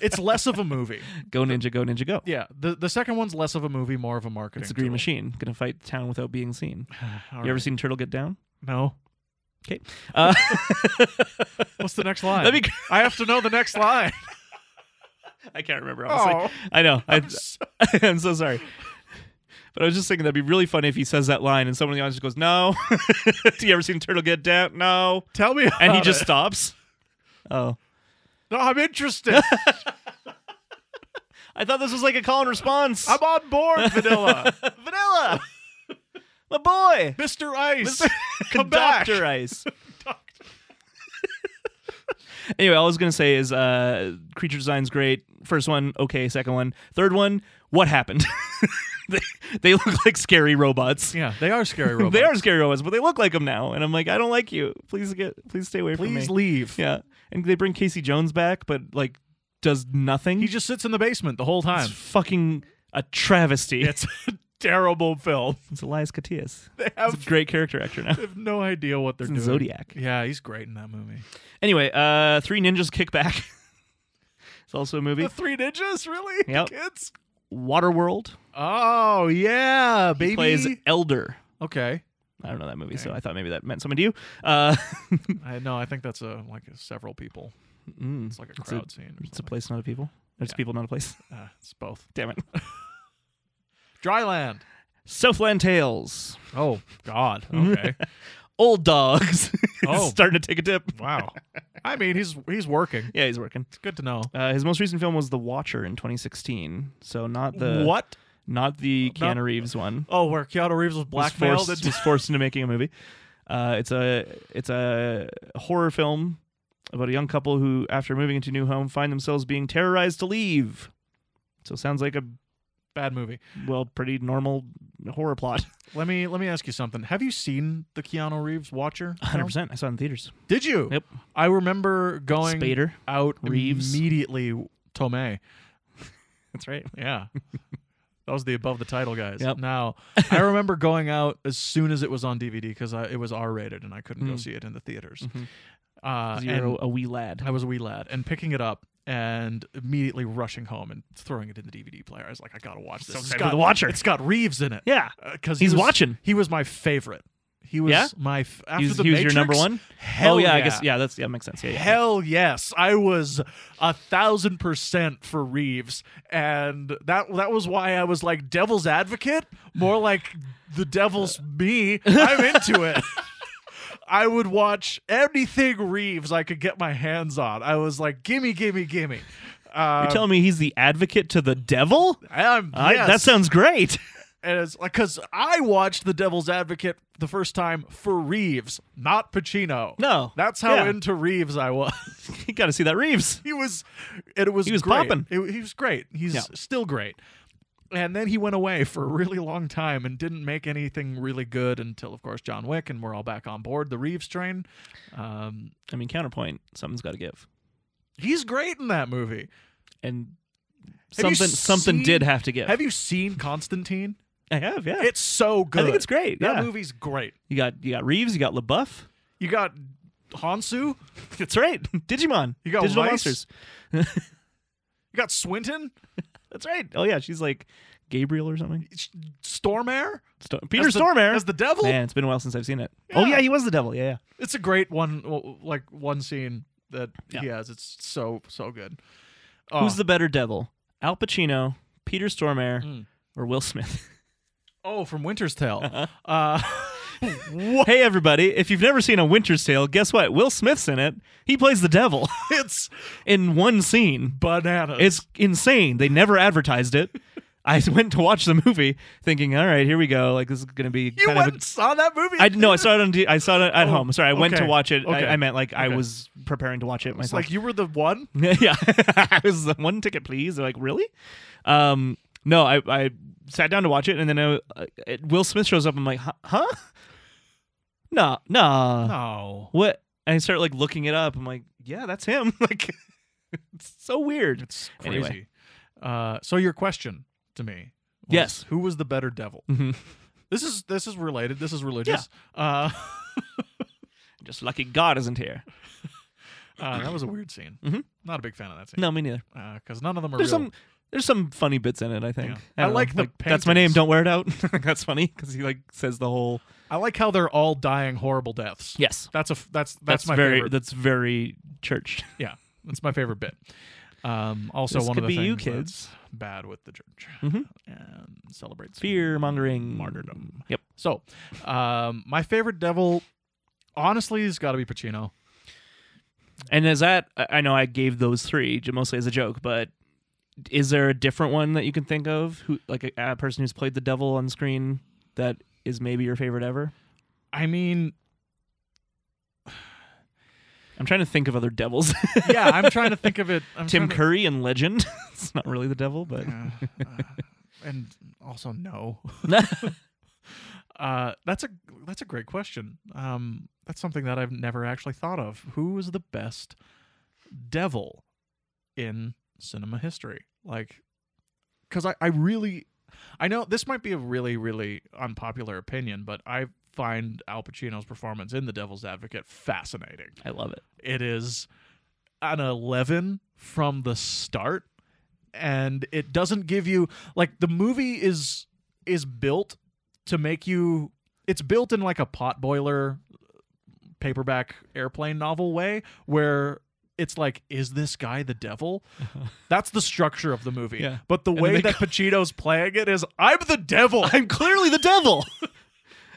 it's less of a movie.
go ninja, go ninja, go.
Yeah, the the second one's less of a movie, more of a marketing.
It's a green
tool.
machine. Gonna fight the town without being seen.
All
you ever
right.
seen Turtle get down?
No.
Okay. Uh,
What's the next line?
That'd be
I have to know the next line.
I can't remember. Honestly. I know. I,
Oh. I'm so-
I'm so sorry. But I was just thinking that'd be really funny if he says that line and someone in the audience goes, No. Do you ever seen Turtle get down? No.
tell me.
And he
about
just
it.
stops. Oh.
No, I'm interested.
I thought this was like a call and response.
I'm on board, Vanilla,
Vanilla. My boy.
Mr. Ice.
Mr.
Come back.
Dr. Ice. Anyway, all I was gonna say is uh creature design's great. First one, okay, second one, third one, what happened? they, they look like scary robots.
Yeah, they are scary robots.
They are scary robots, but they look like them now, and I'm like, I don't like you. Please get, please stay away from me.
Please leave.
Yeah, and they bring Casey Jones back, but like, does nothing.
He just sits in the basement the whole time.
it's fucking a travesty.
It's a terrible film.
It's Elias Koteas.
They
He's a
have,
great character actor now.
they have no idea what they're
In
doing.
Zodiac.
Yeah, he's great in that movie.
Anyway, uh, Three Ninjas Kickback. it's also a movie.
The Three Ninjas, really?
Yep.
Kids?
Waterworld.
Oh yeah,
He
baby.
plays Elder.
okay.
I don't know that movie, so I thought maybe that meant someone to you. Uh,
I no, I think that's a like a several people.
mm,
It's like a
It's a-
crowd scene. Or
it's a
something.
place, not a people. It's
Yeah.
people, not a place.
Uh, it's both.
Damn it.
Dryland.
Southland Tales.
Oh God. Okay.
Old dogs.
Oh.
starting to take a dip.
wow. I mean, he's he's working.
Yeah, he's working.
It's good to know.
Uh, his most recent film was The Watcher in 2016. So not the
what?
not the Keanu
Not-
Reeves one.
Oh, where Keanu Reeves was
Was
blackmailed.
forced,
into-
was forced into making a movie. Uh, it's a it's a horror film about a young couple who, after moving into a new home, find themselves being terrorized to leave. So it sounds like a
Bad movie.
well, pretty normal horror plot.
Let me let me ask you something. Have you seen the Keanu Reeves Watcher?
One hundred percent. I saw it in theaters.
Did you?
Yep.
I remember going
Spader.
out
Reeves.
immediately. Tomei.
That's right.
Yeah. That was the above the title guys.
Yep.
Now, I remember going out as soon as it was on DVD because it was R rated and I couldn't go
Mm.
see it in the theaters.
Mhm.
Uh,
Zero,
and
a wee lad.
I was a wee lad and picking it up and immediately rushing home and throwing it in the DVD player. I was like, I gotta watch this.
So
It's
excited
got-
for The Watcher.
It's got Reeves in it.
Yeah,
because
He's watching.
Uh, He was my favorite. He was
Yeah?
my f- after
he's,
the
he was
Matrix,
your number one.
Hell
oh yeah,
yeah,
I guess yeah. That's yeah, makes sense. Yeah, yeah.
Hell yes, I was a thousand percent for Reeves, and that that was why I was like devil's advocate, more like the devil's me. I'm into it. I would watch anything Reeves I could get my hands on. I was like, gimme, gimme, gimme.
You're
Uh,
telling me he's the advocate to the devil?
I'm,
I,
yes.
That sounds great.
And it's like, because I watched The Devil's Advocate the first time for Reeves, not Pacino.
No,
That's how
Yeah.
into Reeves I was.
you got to see that Reeves.
he was, it was,
He was
great.
poppin'.
It- he was great. He's
Yeah.
still great. And then he went away for a really long time and didn't make anything really good until, of course, John Wick, and we're all back on board the Reeves train. Um,
I mean, counterpoint. Something's got to give,
he's great in that movie.
and
Have you
something something
seen-
did have to give.
Have you seen Constantine?
I have. Yeah,
It's so good.
I think it's great.
That
yeah,
movie's great.
you got you got Reeves. You got LaBeouf.
You got Hansu,
That's right. Digimon.
You got
digital
Weiss?
monsters.
you got Swinton.
That's right. Oh yeah, she's like Gabriel or something.
Stormare?
Sto- Peter
as the,
Stormare.
as the devil.
Man, it's been a while since I've seen it. Oh
Yeah.
yeah, he was the devil. Yeah, yeah.
It's a great one, well, like one scene that he
Yeah.
has. It's so so good. Oh,
Who's the better devil? Al Pacino, Peter Stormare,
Mm.
or Will Smith?
oh from Winter's Tale? Uh, what?
hey everybody, if you've never seen A Winter's Tale, guess what? Will Smith's in it. He plays the devil
It's
in one scene.
bananas.
It's insane. They never advertised it. I went to watch the movie thinking, all right, here we go. Like this is gonna be
you
kind
went
of a
and saw that movie.
I no, I saw it on. D- I saw it at home. Sorry, I went to
okay.
watch it.
Okay.
I, I meant like I
Okay.
was preparing to watch it
It's
myself.
like you were the one.
yeah, I was like, one ticket, please. They're like, really? Um, no, I I sat down to watch it, and then I, uh, it, Will Smith shows up. I'm like, huh? huh? No, no,
No,
What? And I start like looking it up. I'm like, yeah, that's him. like, it's so weird.
it's crazy.
Anyway.
Uh, so your question to me. was,
Yes.
Who was the better devil?
Mhm.
This is this is related. This is religious. Uh,
Just lucky God isn't here.
uh, that was a weird scene.
Mhm.
Not a big fan of that scene.
No, me neither.
because none of them are
There's
real.
some. There's some funny bits in it, I think.
Yeah. I
don't know.
like the
That's my name.
paintings.
Don't wear it out. that's funny because he like says the whole
I like how they're all dying horrible deaths.
yes.
That's a f- that's that's,
That's,
my
very
favorite.
that's very church.
yeah, that's my favorite bit. Um, also,
This
one
could
of the
be you,
things
kids.
that's bad with the church
Mhm.
and celebrates
Fear mongering
martyrdom.
Yep.
So, um, my favorite devil, honestly, has got to be Pacino.
And is that I I know I gave those three j- mostly as a joke, but is there a different one that you can think of who like a, a person who's played the devil on screen that is maybe your favorite ever?
I mean,
I'm trying to think of other devils.
yeah, I'm trying to think of it. I'm
Tim
trying
Curry in Legend. it's not really the devil, but
to- Yeah, uh, and also no. Uh, that's a that's a great question. Um, that's something that I've never actually thought of. Who is the best devil in cinema history? Like, because I, I really, I know this might be a really really unpopular opinion, but I find Al Pacino's performance in The Devil's Advocate fascinating.
I love it.
It is an 11 from the start and it doesn't give you like the movie is is built to make you it's built in like a potboiler paperback airplane novel way where it's like is this guy the devil that's the structure of the movie
Yeah.
but the
then
way
they
that pacino's playing it is i'm the devil
I'm clearly the devil.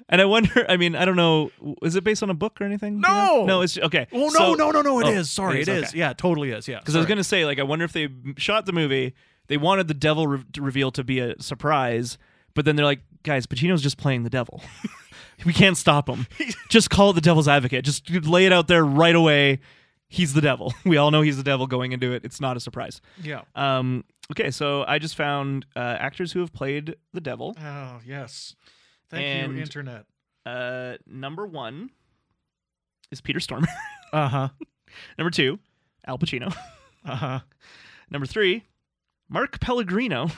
And I wonder. I mean, I don't know. Is it based on a book or anything? Do you know?
No.
no. It's okay.
oh no
so-
no no no it is.
oh,
sorry it is,
okay.
yeah it totally is yeah
Because I was
sorry.
gonna say, like, I wonder if they m- shot the movie, they wanted the devil re- to reveal to be a surprise, but then they're like, guys, Pacino's just playing the devil. We can't stop him. Just call it the devil's advocate. Just lay it out there right away. He's the devil. We all know he's the devil going into it. It's not a surprise.
Yeah.
Um, okay, so I just found uh, actors who have played the devil.
Oh yes. Thank
And-
you, internet.
Uh, number one is Peter Stormer.
Uh huh.
number two, Al Pacino.
Uh huh.
number three, Mark Pellegrino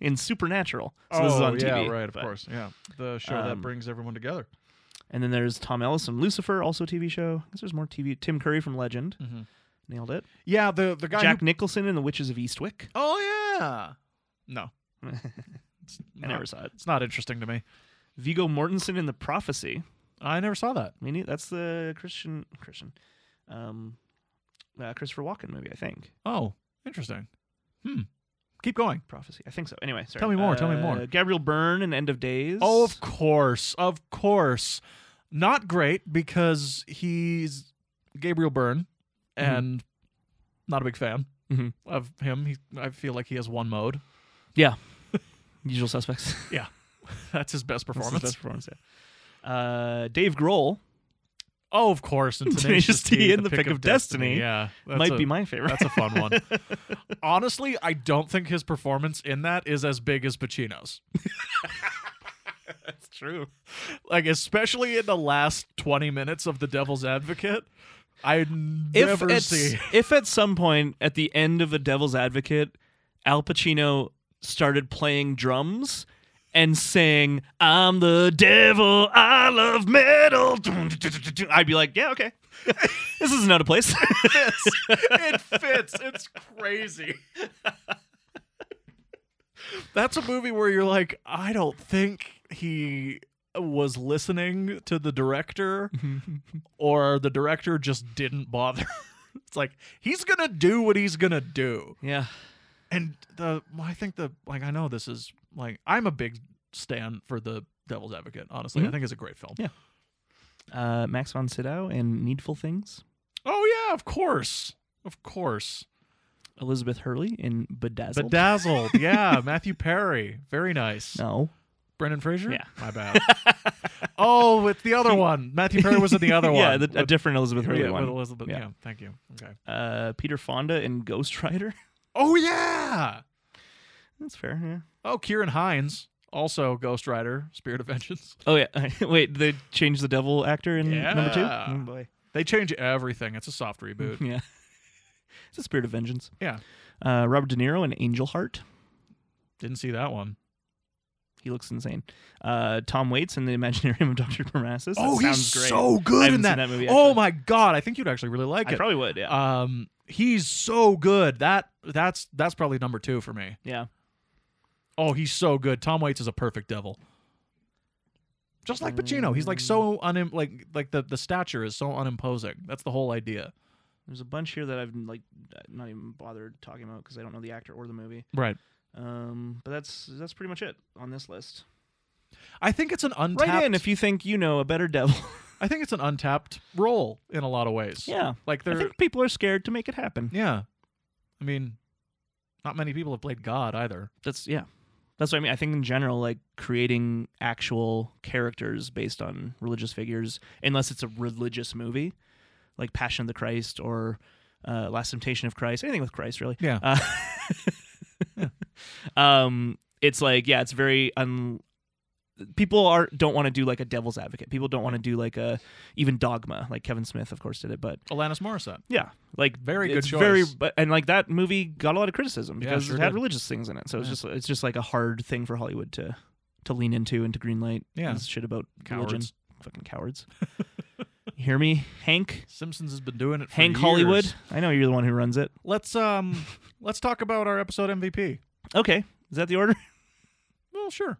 in Supernatural. So
oh
this is on
yeah,
TV.
right. Of
but-
course. Yeah. The show
Um,
that brings everyone together.
And then there's Tom Ellis from Lucifer, also a TV show. I guess there's more TV. Tim Curry from Legend.
Mm-hmm.
Nailed it.
Yeah. The the guy.
Jack Nicholson in The Witches of Eastwick.
oh yeah. No. It's
I
not,
never saw it.
it's not interesting to me.
Vigo Mortensen in The Prophecy.
I never saw that.
I mean, that's the Christian Christian, um, uh, Christopher Walken movie, I think.
Oh, interesting. Hmm. Keep going.
Prophecy, I think so. Anyway, sorry.
Tell me more, tell me
Uh,
more.
Gabriel Byrne in End of Days.
Oh, of course, of course. Not great because he's Gabriel Byrne, and not a big fan
Mhm.
of him. He, I feel like he has one mode.
yeah. Usual Suspects.
That's his best
That's his
performance.
best performance. Yeah. Uh, Dave Groll
Oh, of course, in Tenacious
Tenacious D
D,
in The Pick of Destiny
Yeah, that's
might
a-
be my favorite.
That's a fun one. Honestly, I don't think his performance in that is as big as Pacino's.
That's true.
Like, especially in the last twenty minutes of The Devil's Advocate, I
If
never
at,
see.
if at some point at the end of A Devil's Advocate, Al Pacino started playing drums and sang "I'm the devil, I love metal," I'd be like, "Yeah, okay, this isn't out of place."
it fits. It's crazy. That's a movie where you're like, I don't think he was listening to the director, or the director just didn't bother. it's like he's gonna do what he's gonna do,
yeah,
and the I think the like I know this is like I'm a big stan for the Devil's Advocate. Honestly, I
Mhm.
think it's a great film.
Yeah. uh, Max von Sydow in Needful Things,
Oh yeah, of course, of course.
Elizabeth Hurley in Bedazzled.
Bedazzled, yeah. Matthew Perry, very nice.
no,
Brendan Fraser?
Yeah.
My bad. oh, it's the other one. Matthew Perry was in the other one.
yeah, the, a
With-
different Elizabeth Hurley
yeah,
one.
with Elizabeth.
Yeah.
Yeah. thank you. Okay.
uh, Peter Fonda in Ghost Rider.
Oh, yeah.
That's fair. Yeah.
Oh, Kieran Hines, also Ghost Rider, Spirit of Vengeance.
Oh yeah. Wait, they changed the devil actor in number two.
Yeah.
Oh, boy.
They change everything. It's a soft reboot.
Yeah. It's a spirit of vengeance.
Yeah.
Uh, Robert De Niro in Angel Heart.
Didn't see that one.
He looks insane. Uh, Tom Waits in The Imaginarium of Dr. Parnassus. That
Oh,
sounds great. I
good
haven't seen that movie,
oh,
actually.
my God. I think you'd actually really like
I
it.
probably would. Yeah.
um, he's so good. That that's that's probably number two for me.
yeah.
Oh, he's so good. Tom Waits is a perfect devil. Just like Pacino, he's like
Mm.
so unim like like the the stature is so unimposing. That's the whole idea.
There's a bunch here that I've like not even bothered talking about because I don't know the actor or the movie.
Right.
Um, but that's that's pretty much it on this list.
I think it's an untapped.
Right in if you think you know a better devil.
I think it's an untapped role in a lot of ways.
yeah.
Like
I
they're
think people are scared to make it happen.
yeah. I mean, not many people have played God either.
That's yeah. That's what I mean. I think in general, like creating actual characters based on religious figures, unless it's a religious movie, like Passion of the Christ or uh, Last Temptation of Christ, anything with Christ, really.
Yeah.
Uh, um, it's like yeah, it's very un. People are don't want to do like a devil's advocate. People don't want to do like a even dogma. Like Kevin Smith, of course, did it, but
Alanis Morissette.
yeah, like
Very good
it's
choice.
Very, but and like that movie got a lot of criticism
Yeah,
because
sure
it had
did.
religious things in it. So it's
Yeah.
just it's just like a hard thing for Hollywood to to lean into and to greenlight.
Yeah.
is shit about religion.
Cowards.
Fucking cowards. you hear me, Hank?
Simpsons has been doing it. For
Hank
years.
Hollywood. I know you're the one who runs it.
Let's um let's talk about our episode MVP.
Okay, is that the order?
Well, sure.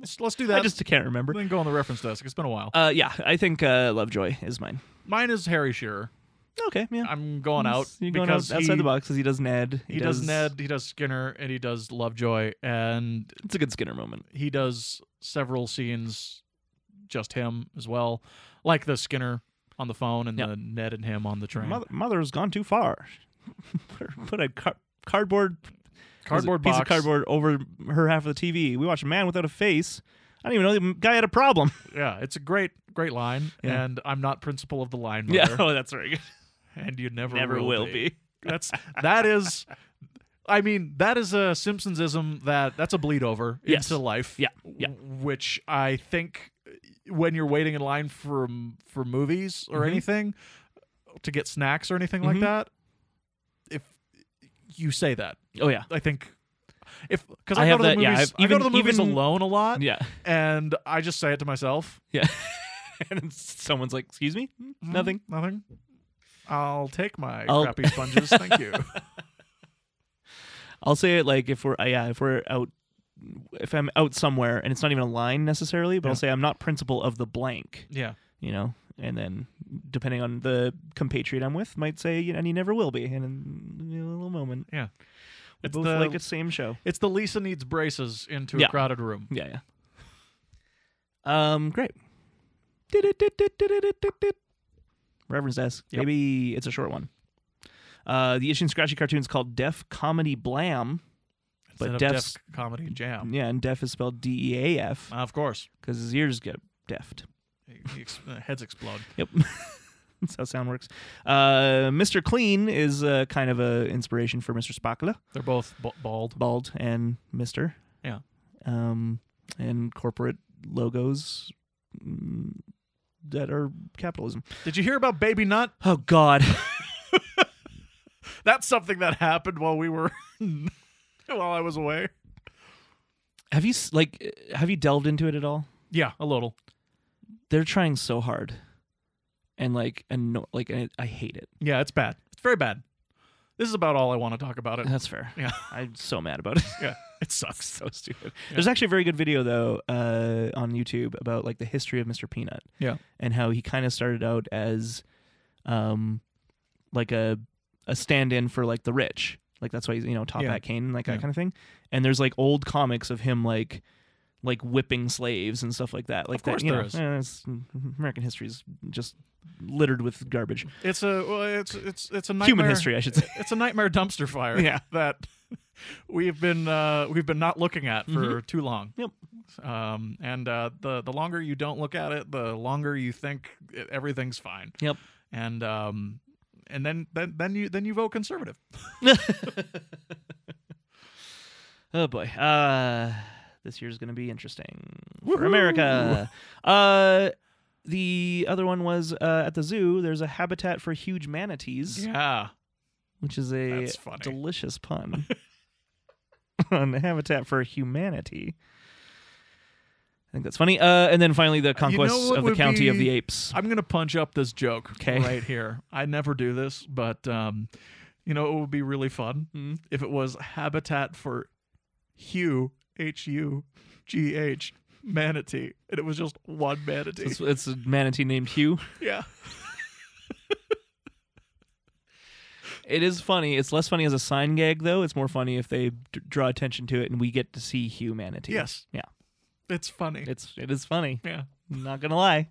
let's let's do that.
I just can't remember.
then go on the reference desk. It's been a while.
Uh, yeah, I think uh, Lovejoy is mine.
Mine is Harry Shearer.
Okay, yeah.
I'm going out
You're going
because
out- outside
he,
the box because he does Ned.
He does Ned, he does Skinner, and he does Lovejoy, and
It's a good Skinner moment.
he does several scenes just him as well, like the Skinner on the phone and
Yeah.
the Ned and him on the train.
Mother, mother's gone too far. Put her- Put a car- cardboard
cardboard
There's a
box.
piece of cardboard over her half of the TV. We watched Man Without a Face I don't even know the guy had a problem.
Yeah, it's a great, great line,
Yeah.
and I'm not principal of the line
Yeah,
mother,
oh, that's very good.
and you never
Never will be.
That's that is, I mean, that is a Simpsonsism that that's a bleed over
Yes.
into life.
Yeah, yeah.
w- Which I think when you're waiting in line for m- for movies or
Mhm.
anything to get snacks or anything
Mhm.
like that, if you say that,
Oh yeah,
I think if because
I
I, go
have
to the
that- yeah,
movies,
I've-
I go to
even-
the movies
even-
alone a lot,
yeah,
and I just say it to myself.
yeah. and then someone's like, "Excuse me, Mm,
"Mm,
nothing."
nothing. I'll take my
I'll-
crappy sponges, thank you.
I'll say it like if we're uh, yeah if we're out if I'm out somewhere and it's not even a line necessarily, but I'll
Yeah.
say I'm not principal of the blank,
Yeah,
you know, and then depending on the compatriot I'm with, might say you know, and he never will be, and in a little moment,
Yeah.
it's
It's
both
the-
like the same show.
it's the Lisa needs braces into
Yeah.
a crowded room.
Yeah, yeah. Um, great. Reverend's desk.
Yep.
Maybe it's a short one. Uh, the Itchy and Scratchy cartoon is called Deaf Comedy Blam. But
Instead of
deaf's-
deaf comedy jam,
Yeah, and deaf is spelled D E A F
Uh, of course,
because his ears get deafed.
He- he ex- uh, heads explode.
Yep. That's how sound works. Uh, Mr. Clean is uh, kind of a inspiration for Mr. Spockla,
They're both b- bald.
bald and Mr.
Yeah.
Um, and corporate logos mm, that are capitalism.
Did you hear about Baby Nut?
Oh God.
That's something that happened while we were while I was away.
Have you s- like uh, have you delved into it at all?
Yeah, a little.
They're trying so hard, and like and no, like I, I hate it.
Yeah, it's bad. It's very bad. This is about all I want to talk about it.
That's fair.
Yeah.
I'm so mad about it.
Yeah, it sucks.
so stupid. There's actually a very good video though uh, on YouTube about like the history of Mr. Peanut.
Yeah.
and how he kind of started out as, um, like a a stand-in for like the rich. Like that's why he's you know Top
Yeah.
Hat Kane and like that
Yeah.
kind of thing. And there's like old comics of him like like whipping slaves and stuff like that. Like
Of course
that, you
there
know,
is.
eh, it's- American history is just littered with garbage.
It's a well, it's it's it's a nightmare.
Human history, I should say.
It's a nightmare dumpster fire.
Yeah.
that we've been uh, we've been not looking at for too long.
Mm-hmm. Yep.
Um, and uh, the the longer you don't look at it, the longer you think e- everything's fine.
Yep.
And um, and then then then you then you vote conservative.
Oh boy. Uh this year's gonna be interesting for America. Uh the other one was uh, at the zoo. There's a habitat for huge manatees,
Yeah.
which is a
That's funny.
delicious pun on habitat for humanity. I think that's funny. Uh, and then finally, the conquest
what
of the
would
county of
be-
the apes.
I'm gonna punch up this joke
'Kay.
right here. I never do this, but um, you know it would be really fun
Mm.
if it was habitat for Hugh H U G H manatee, and it was just one manatee.
It's, it's a manatee named Hugh.
yeah,
It is funny. It's less funny as a sign gag, though. It's more funny if they d- draw attention to it and we get to see humanity.
Yes.
Yeah.
it's funny.
It's it is funny.
yeah,
Not gonna lie,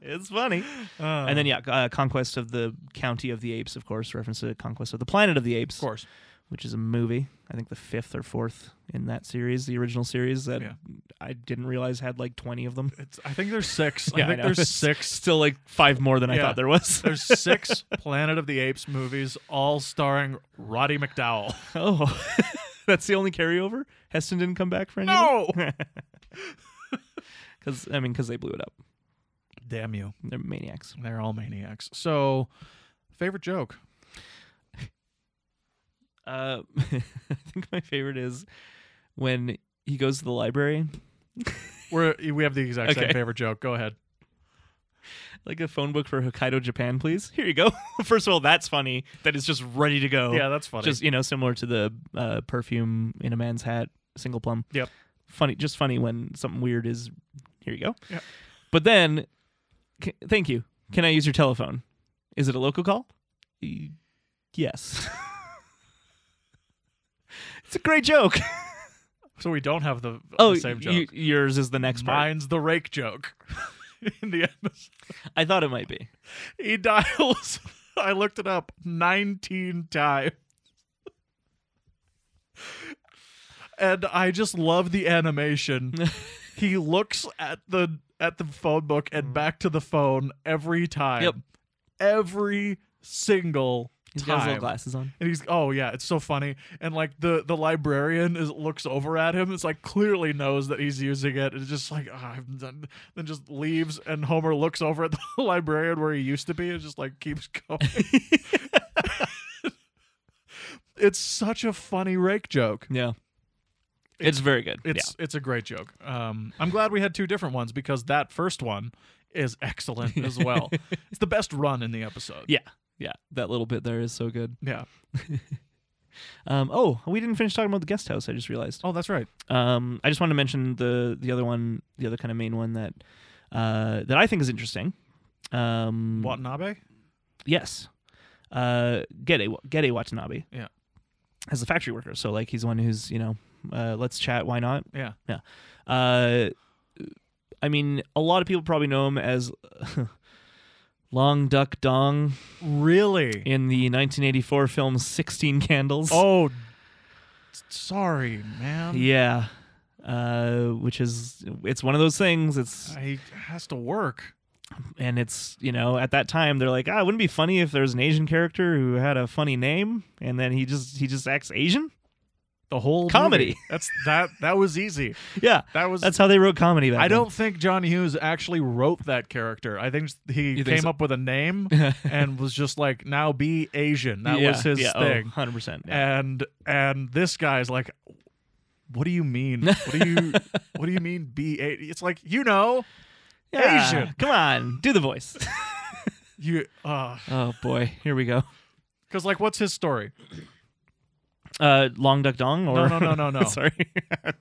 it's funny. and then yeah, uh, conquest of the county of the apes, of course, reference to conquest of the planet of the apes,
of course,
which is a movie. I think the fifth or fourth in that series, the original series that
Yeah.
I didn't realize had like twenty of them.
it's. I think there's six.
Yeah, I
I think
know.
there's six.
Still like five more than I
Yeah.
thought there was.
There's six Planet of the Apes movies, all starring Roddy McDowell.
oh, that's the only carryover. Heston didn't come back for any. because I mean, because they blew it up.
damn you!
They're maniacs.
They're all maniacs. So, favorite joke?
Uh, I think my favorite is when he goes to the library
We're, we have the exact
Okay.
same favorite joke. Go ahead.
Like a phone book for Hokkaido, Japan, please. Here you go. First of all, that's funny. That is just ready to go.
Yeah, that's funny.
Oh, Just you know, similar to the uh, perfume in a man's hat, single plum.
Yep.
Funny, just funny when something weird is. Here you go.
Yep.
But then, c- thank you. Can I use your telephone? Is it a local call? Y- Yes. it's a great joke.
so we don't have the,
Oh,
the same joke.
y- yours is the next part.
Mine's the rake joke. In the episode,
I thought it might be.
he dials. I looked it up nineteen times, and I just love the animation he looks at the at the phone book and back to the phone every time.
Yep.
Every single
He's got his
time.
little glasses on.
And he's oh yeah, it's so funny. And like the the librarian is looks over at him. It's like clearly knows that he's using it. It's just like ah, I'm done. Then just leaves. And Homer looks over at the librarian where he used to be, and just like keeps going. it's such a funny rake joke.
Yeah. It's very good.
It's it's a great joke. Um, I'm glad we had two different ones because that first one is excellent as well. it's the best run in the episode.
yeah. Yeah. Yeah. That little bit there is so good.
Yeah.
Um, oh, we didn't finish talking about the guest house. I just realized.
Oh, that's right.
Um, I just want to mention the the other one, the other kind of main one that uh, that I think is interesting. Um,
Watanabe.
Yes. Uh, Gede, Gede Watanabe.
Yeah.
As a factory worker, so like he's the one who's you know, uh, let's chat. Why not?
Yeah.
Uh, I mean, a lot of people probably know him as Long Duck Dong
Really.
in the 1984 film Sixteen Candles.
Oh, s- sorry, man.
yeah. Uh, which is it's one of those things. It's
He has to work.
and it's you know at that time they're like, ah, wouldn't it be funny if there was an Asian character who had a funny name, and then he just he just acts Asian.
The whole
Comedy.
movie. That's that. That was easy.
Yeah,
That was.
that's how they wrote comedy. Back
I don't think John Hughes actually wrote that character. I think he
You think
came
so?
up with a name
then.
and was just like, "Now be Asian." That was his thing.
oh,
Uh,
Hundred percent.
and and this guy's like what do you mean what do you what do you mean be a it's like you know Asian.
Come on, do the voice.
you uh
oh boy, here we go.
because like what's his story
Uh, Long Duck Dong. Or...
No, no, no, no, no.
Sorry,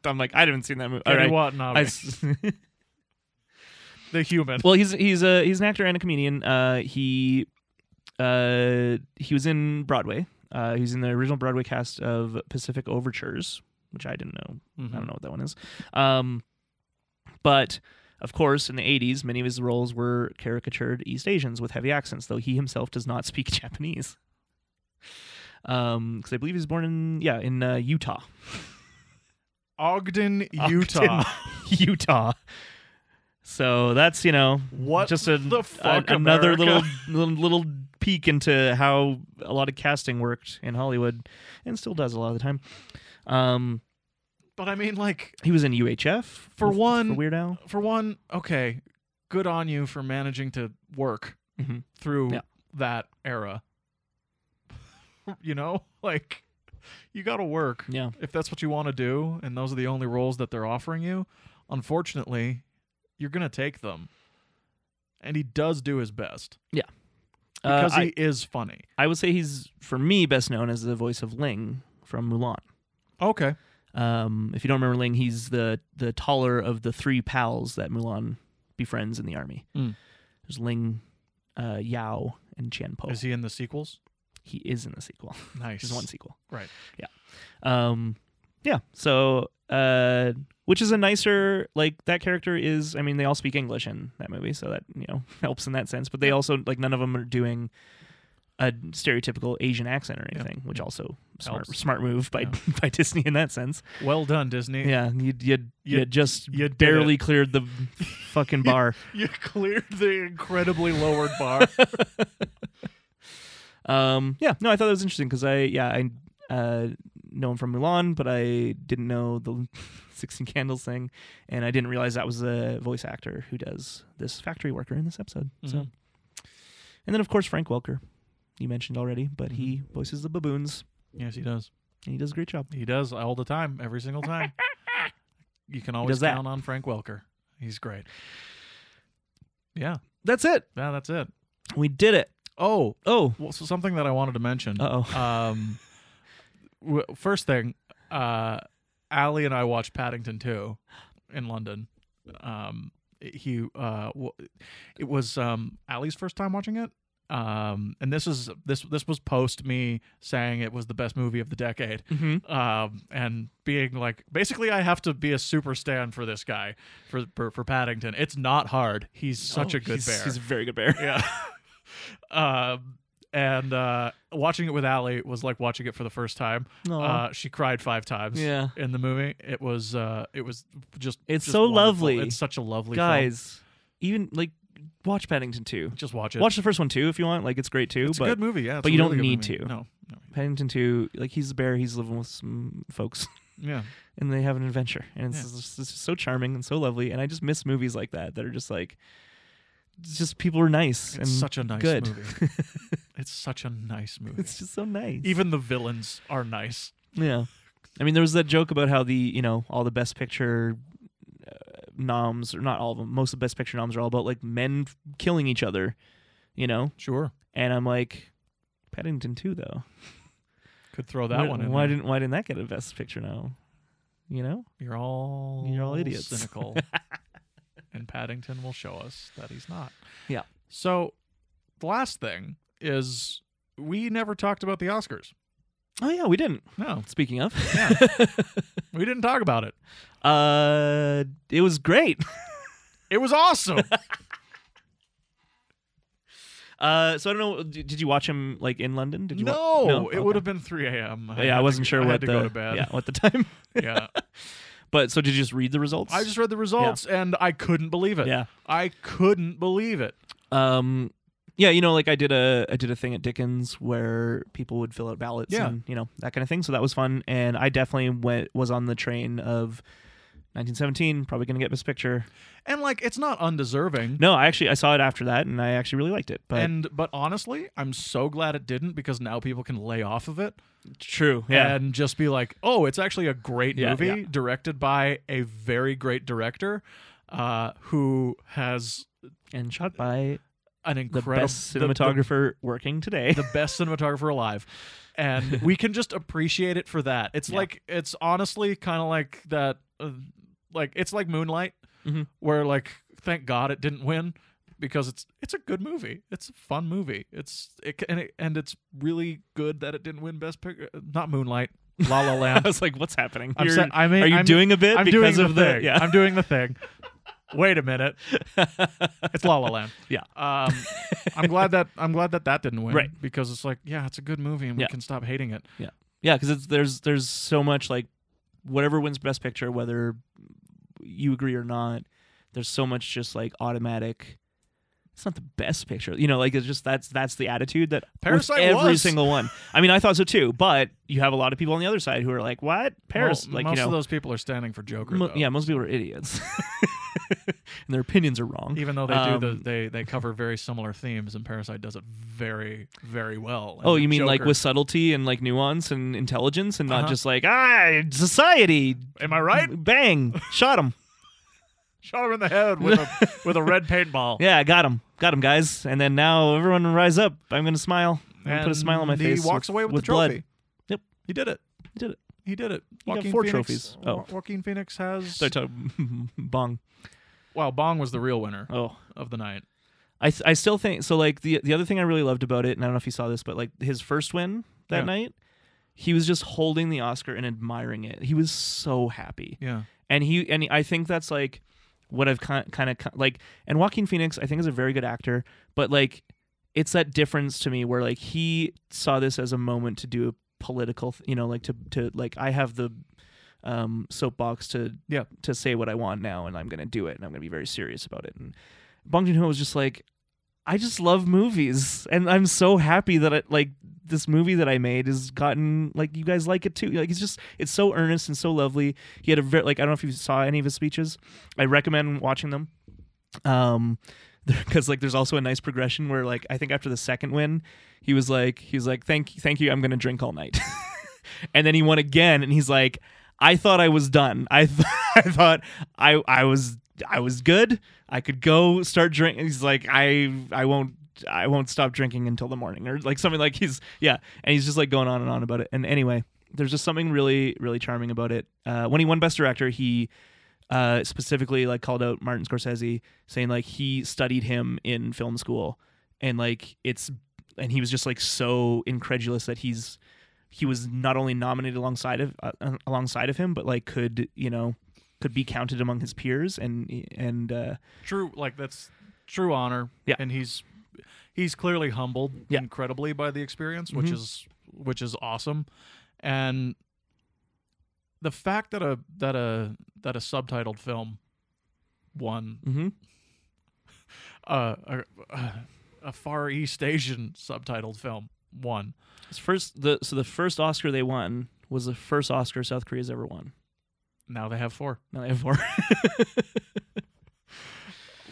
I'm like I haven't seen that movie. All
Kenny
right.
Watanabe,
I s-
the human
well, he's he's a he's an actor and a comedian. Uh, he uh he was in Broadway. Uh, he was in the original Broadway cast of Pacific Overtures, which I didn't know.
Mm-hmm.
I don't know what that one is. Um, but of course, in the 80s, many of his roles were caricatured East Asians with heavy accents, though he himself does not speak Japanese. Um, because I believe he was born in yeah in uh, Utah,
ogden utah
Ogden, Utah. So that's you know
what
just a,
the
a-
fuck
another
America?
little, little little peek into how a lot of casting worked in Hollywood, and still does a lot of the time. Um,
but i mean like
he was in UHF
For
with-
one-
for Weird Al.
for one okay good on you for managing to work
Mhm.
through
Yeah.
that era you know like you gotta work
Yeah,
if that's what you want to do and those are the only roles that they're offering you, unfortunately, you're going to take them. And he does do his best
Uh,
because
I-
he is funny.
I would say he's for me best known as the voice of Ling from Mulan.
Okay.
Um, if you don't remember Ling, he's the the taller of the three pals that Mulan befriends in the army.
Mm.
There's Ling, uh, Yao, and Chen Po.
Is he in the sequels?
He is in the sequel.
Nice.
There's one sequel.
Right.
Yeah. Um, yeah. So, uh, which is a nicer like that character is. I mean, they all speak English in that movie, so that you know helps in that sense. But they also like none of them are doing a stereotypical Asian accent or
Yeah.
anything, which also smart
Helps.
smart move by
Yeah.
by Disney in that sense.
Well done, Disney.
Yeah, you you
You-
you just
you did
barely cleared the fucking bar.
You cleared the incredibly lowered bar.
Um, yeah, no, I thought that was interesting because I, yeah, I uh, know him from Mulan, but I didn't know the 16 Candles thing, and I didn't realize that was the voice actor who does this factory worker in this episode. So,
Mhm.
and then of course Frank Welker, you mentioned already, but he
Mm-hmm.
voices the baboons
yes, he does.
and he does a great job.
He does all the time, every single time. you can always
does that.
count on Frank Welker. He's great. Yeah.
That's it.
Yeah, that's it.
We did it.
Oh,
Oh,
well, so something that I wanted to mention.
uh oh.
Um, w- first thing, uh, Allie and I watched Paddington 2 in London. Um, he uh, w- it was um Allie's first time watching it. Um, and this is this this was post me saying it was the best movie of the decade.
hmm
Um, and being like, basically, I have to be a super stand for this guy for for, for Paddington. It's not hard. Oh, He's such a good
he's,
bear.
He's a very good bear.
Yeah. um, and uh, watching it with Allie was like watching it for the first time.
Aw.
Uh, she cried five times.
Uh-huh. Yeah.
in the movie, it was uh, it was just
It's
just
so
wonderful.
lovely.
It's such a lovely film.
guys, even like watch Paddington Two.
Just watch it.
Watch the first one too if you want. Like it's great too.
it's
but
a good movie. Yeah, it's
but
a
you don't
really good
need
movie.
to.
No, no.
Paddington Two, like he's a bear, he's living with some folks,
Yeah,
and they have an adventure, and it's,
Yeah.
just, it's just so charming and so lovely. And I just miss movies like that that are just like, it's just people are nice
it's
and
such a nice
good.
movie. it's such a nice movie.
it's just so nice.
Even the villains are nice.
Yeah. I mean, there was that joke about how the, you know, all the best picture uh, noms, or not all of them, most of the best picture noms are all about like men f- killing each other, you know?
Sure,
And I'm like, Paddington 2, though.
could throw that
why,
one. in
Why
there.
didn't, why didn't that get a best picture now? You know?
You're all
You're all idiots.
cynical. and Paddington will show us that he's not.
Yeah.
So the last thing is we never talked about the Oscars.
Oh, yeah, we didn't.
No,
Speaking of,
we didn't talk about it.
uh, it was great.
It was awesome.
Uh, so I don't know. Did, did you watch him like in London? Did you? wa-
no,
no?
it would
Okay.
have been 3 a.m. I had
Yeah, I
to
wasn't
go-
sure
I
what
had
the
to go to bed.
yeah what the time.
Yeah.
But so did you just read the results?
I just read the results and I couldn't believe it.
Yeah.
I couldn't believe it.
um yeah you know like i did a i did a thing at dickens where people would fill out ballots
Yeah.
and you know that kind of thing so that was fun and i definitely went was on the train of 1917 probably gonna get this picture
And like, it's not undeserving.
no i actually i saw it after that and i actually really liked it but
And but honestly, I'm so glad it didn't because now people can lay off of it.
true yeah
and just be like, oh, it's actually a great
Yeah,
movie
yeah.
directed by a very great director uh, who has
and, shot by
an
the
incredible
best cinematographer working today
the, the best cinematographer alive. And we can just appreciate it for that. It's
Yeah.
like it's honestly kind of like that, uh, like it's like Moonlight,
Mhm.
where like thank God it didn't win because it's it's a good movie. It's a fun movie. It's it, ca- and it, and it's really good that it didn't win Best Picture. Not Moonlight, La La Land.
i was like what's happening
I'm
You're-
sa- I mean,
are you
I'm-
doing a bit
I'm doing
because
the
of
thing.
yeah
I'm doing the thing. Wait a minute. It's La La Land.
Yeah.
Um, I'm glad that I'm glad that that didn't win.
Right.
Because it's like, yeah, it's a good movie, and
Yeah.
we can stop hating it.
Yeah, because there's there's so much like whatever wins Best Picture, whether you agree or not. There's so much just like automatic. It's not the best picture, you know. Like it's just that's that's the attitude that with
Parasite
every
was.
single one. I mean, I thought so too, but you have a lot of people on the other side who are like, "What Paris?"
Mo-
like
most
you know,
of those people are standing for Joker.
mo-
though.
yeah, most people are idiots, and their opinions are wrong.
Even though they do the,
Um,
they they cover very similar themes, and Parasite does it very very well. And
Oh, you mean like
Joker-
with subtlety and like nuance and intelligence, and not
Uh-huh.
just like ah society
Am I right?
bang shot him.
Shot him in the head with a with a red paintball.
Yeah, I got him. Got him, guys. And then now everyone rise up. I'm going to smile. I'm going to put a
And
smile on my
he
face.
walks
with,
away with,
with
the trophy.
blood. Yep.
He did it.
He did it.
He did it.
got
Joaquin
four
Phoenix,
trophies. Oh.
Wa- Joaquin Phoenix has.
Sorry, to- bong.
wow, Bong was the real winner
Oh.
of the night.
I, th- I still think so like the the other thing I really loved about it and I don't know if you saw this but like his first win that
Yeah.
night he was just holding the Oscar and admiring it. He was so happy.
Yeah.
and he and I think that's like what I've kind kind of like and Joaquin Phoenix I think is a very good actor, but like it's that difference to me where like he saw this as a moment to do a political, th- you know, like to to like I have the um soapbox to
Yeah.
to say what I want now and I'm going to do it and I'm going to be very serious about it and Bong Joon-ho was just like I just love movies and I'm so happy that I like this movie that I made has gotten like you guys like it too. Like it's just it's so earnest and so lovely. He had a very like I don't know if you saw any of his speeches. I recommend watching them. Um because like there's also a nice progression where like I think after the second win, he was like he was like thank thank you I'm going to drink all night. and then he won again and he's like I thought I was done. I th- I thought I I was I was good. I could go start drinking. He's like I I won't I won't stop drinking until the morning or like something like he's yeah and he's just like going on and on about it. And anyway, there's just something really really charming about it. Uh, when he won Best Director, he uh, specifically like called out Martin Scorsese, saying like he studied him in film school, and like it's and he was just like so incredulous that he's he was not only nominated alongside of uh, uh, alongside of him, but like could you know could be counted among his peers and and uh,
True, like that's true honor.
Yeah.
and he's he's clearly humbled
Yeah.
incredibly by the experience, which
Mhm.
is which is awesome, and the fact that a that a that a subtitled film won
Mm-hmm.
uh, a a- a Far East Asian subtitled film won.
First, the so the first Oscar they won was the first Oscar South Korea's ever won.
Now they have four.
Now they have four.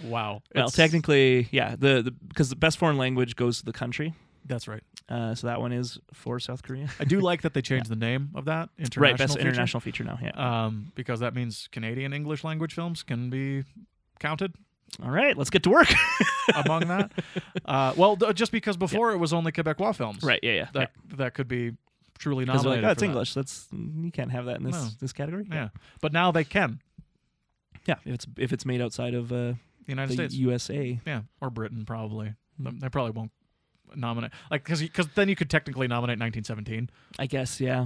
Wow.
well,
It's-
technically, yeah, the the because the best foreign language goes to the country,
that's right.
uh, so that one is for South Korea.
I do like that they changed the name of that international.
Right, best
feature,
international feature now. Yeah.
Um, because that means Canadian English language films can be counted
All right, let's get to work.
among that. Uh, well, th- just because before it was only Quebecois films,
right. Yeah. Yeah. yeah.
That that could be truly
Because they're
nominated.
like,
for
oh, it's
that."
English. That's you can't have that in this
No.
this category.
Yeah, but now they can
yeah. If it's if it's made outside of uh,
the United
the
States,
USA,
yeah, or Britain probably. They-
Mm.
They probably won't nominate like because because then you could technically nominate 1917
I guess. Yeah,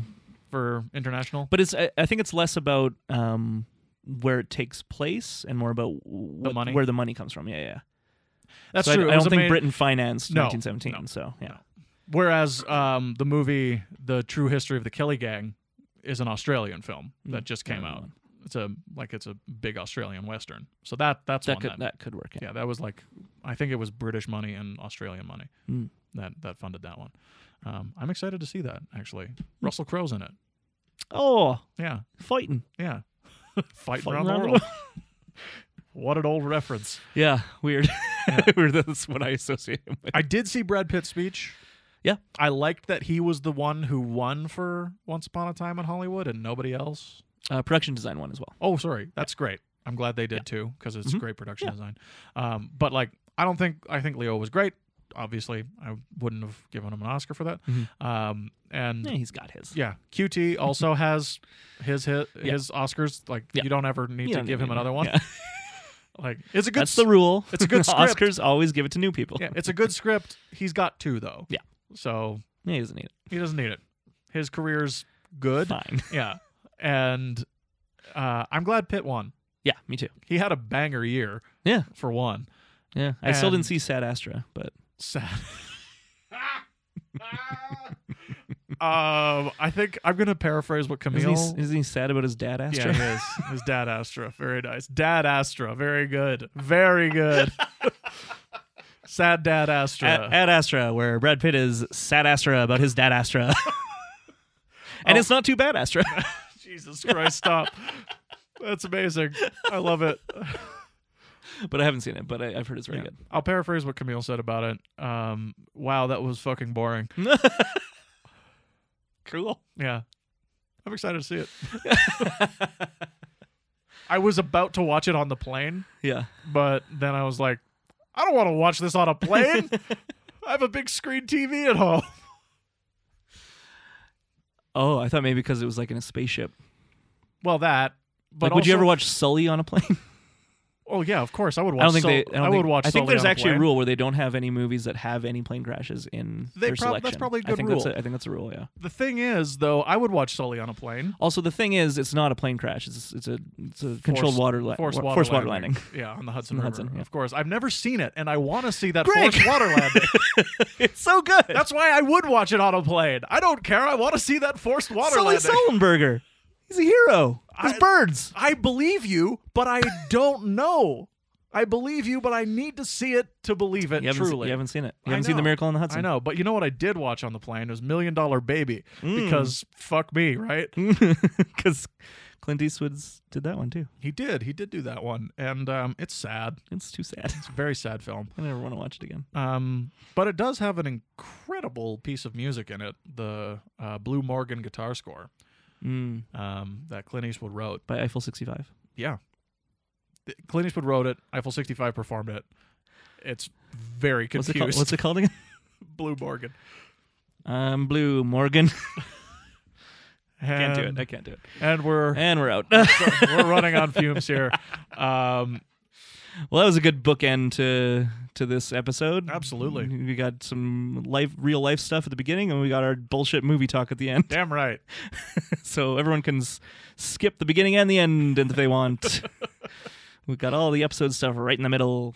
for international.
but it's I, I think it's less about um where it takes place and more about what,
money?
where the money comes from. Yeah, yeah.
That's
so I-
true.
I,
It was
don't think
ama-
Britain financed
No,
1917.
no,
so yeah,
no. Whereas um, the movie The True History of the Kelly Gang is an Australian film that
Mm,
just
yeah,
came
that
out.
one.
It's a like it's a big Australian western. So that that's
that
one
could
that,
that could work. Yeah.
yeah that was like I think it was British money and Australian money
Mm.
that that funded that one. Um, I'm excited to see that actually. Russell Crowe's in it.
Oh,
Yeah,
fighting.
yeah. Fighting,
Fighting
around,
around
the
the
world. what an old reference.
Yeah, weird. weird. That's what I associate him with.
I did see Brad Pitt's speech.
Yeah.
I liked that he was the one who won for Once Upon a Time in Hollywood and nobody else.
Uh, production design one as well.
Oh, sorry. That's great. I'm glad they did too because it's
Mhm.
great production
Yeah.
design. Um, but like, I don't think I think Leo was great. Obviously, I wouldn't have given him an Oscar for that.
Mhm.
Um, and
Yeah, he's got his.
yeah, QT also has his his,
Yeah.
his Oscars. Like,
Yeah.
you don't ever need
You
to
don't
give
need
him
to-
another one.
yeah.
Like, it's a good.
That's
s-
the rule.
it's a good script.
Oscars always give it to new people.
yeah, it's a good script. He's got two though.
Yeah.
So
Yeah, he doesn't need it.
he doesn't need it. His career's good.
Fine.
Yeah, and uh, I'm glad Pitt won.
Yeah, me too.
He had a banger year
Yeah,
for one.
yeah. I still
And-
didn't see Sad Astra, but
sad. um, I think I'm gonna paraphrase what Camille.
isn't he, isn't he sad about his dad Astra?
yeah, he is. His dad Astra, very nice. Dad Astra, very good, very good. sad dad Astra.
At, at Astra, where Brad Pitt is sad Astra about his dad Astra. and
Oh.
it's not too bad, Astra.
Jesus Christ, stop. That's amazing. I love it.
but I haven't seen it, but I, I've heard it's very
Yeah. I'll paraphrase what Camille said about it. Um, wow, that was fucking boring.
good. cool.
Yeah. I'm excited to see it. I was about to watch it on the plane,
Yeah.
but then I was like, I don't want to watch this on a plane. I have a big screen TV at home.
Oh, I thought maybe because it was like in a spaceship.
Well, that. But
like, would you
also-
ever watch Sully on a plane?
Oh yeah, of course I would watch.
I don't think
Sol-
they. I, don't
would
think,
watch.
I think
Sully
there's
on a
actually a
plane.
rule where they don't have any movies that have any plane crashes in
They
their
prob- that's
selection.
probably a
I
good
think
rule.
That's a, I think that's a rule. Yeah.
The thing is, though, I would watch Sully on a plane.
Also, the thing is, it's not a plane crash. It's it's a it's a controlled
Forced-
water li-
forced
wa-
water,
forced water
landing.
landing.
Yeah, on the Hudson
On the
River.
Hudson, yeah.
Of course, I've never seen it, and I want to see that
Greg!
forced water landing.
so good.
That's why I would watch it on a plane. I don't care. I want to see that forced water
Sully
landing.
Sullenberger. He's a hero. His
I-
birds.
I believe you, but I don't know. I believe you, but I need to see it to believe it
You haven't, se-
truly.
you haven't seen it.
I
You haven't seen
know.
The Miracle on the Hudson.
I know, but you know what I did watch on the plane was Million Dollar Baby
Hmm.
because fuck me, right?
because Clint Eastwood's did that one too.
He did. He did do that one, and um, it's sad.
It's too sad.
It's a very sad film.
I never want to watch it again.
Um, but it does have an incredible piece of music in it, the uh, Blue Morgan guitar score
Mm,
um, that Clint Eastwood wrote.
by Eiffel 65.
Yeah, Th- Clint Eastwood wrote it. Eiffel 65 performed it. It's very
What's it,
confused.
called? What's it called again?
Blue Morgan?
I'm blue, Morgan.
And,
can't do it. I can't do it.
And we're
And we're out.
we're running on fumes here. Um,
Well, that was a good bookend to to this episode.
Absolutely.
we got some life, real life stuff at the beginning, and we got our bullshit movie talk at the end.
damn right.
So everyone can s- skip the beginning and the end if they want. we got all the episode stuff right in the middle.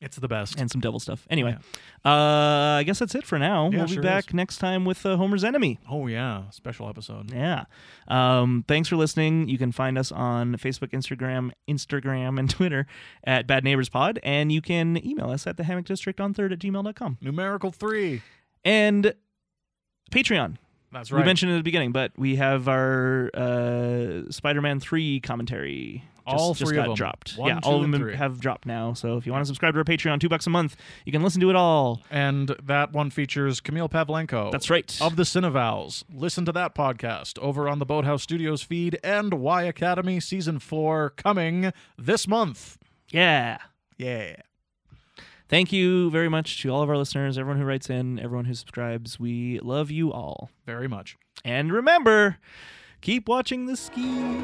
It's the best.
and some devil stuff. Anyway, uh, I guess that's it for now.
Yeah,
we'll be
sure
back
is.
next time with uh, Homer's Enemy.
Oh yeah, special episode.
Yeah. Um, thanks for listening. You can find us on Facebook, Instagram, Instagram, and Twitter at Bad Neighbors Pod. And you can email us at the hammock district on third at gmail.com.
Numerical three.
And Patreon.
That's
We
right.
mentioned it at the beginning, but we have our uh, Spider Man 3 commentary. Just,
All
just
three
got
of 'em.
dropped.
One,
yeah,
two,
all of
and
them
three.
have dropped now. So if you want to subscribe to our Patreon, two bucks a month, you can listen to it all.
and that one features Camille Pavlenko.
That's right.
Of the Cinevals. Listen to that podcast over on the Boathouse Studios feed and Y Academy season four coming this month.
Yeah.
Yeah.
Thank you very much to all of our listeners, everyone who writes in, everyone who subscribes. We love you all.
Very much.
And remember, keep watching the ski.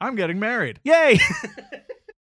I'm getting married.
Yay!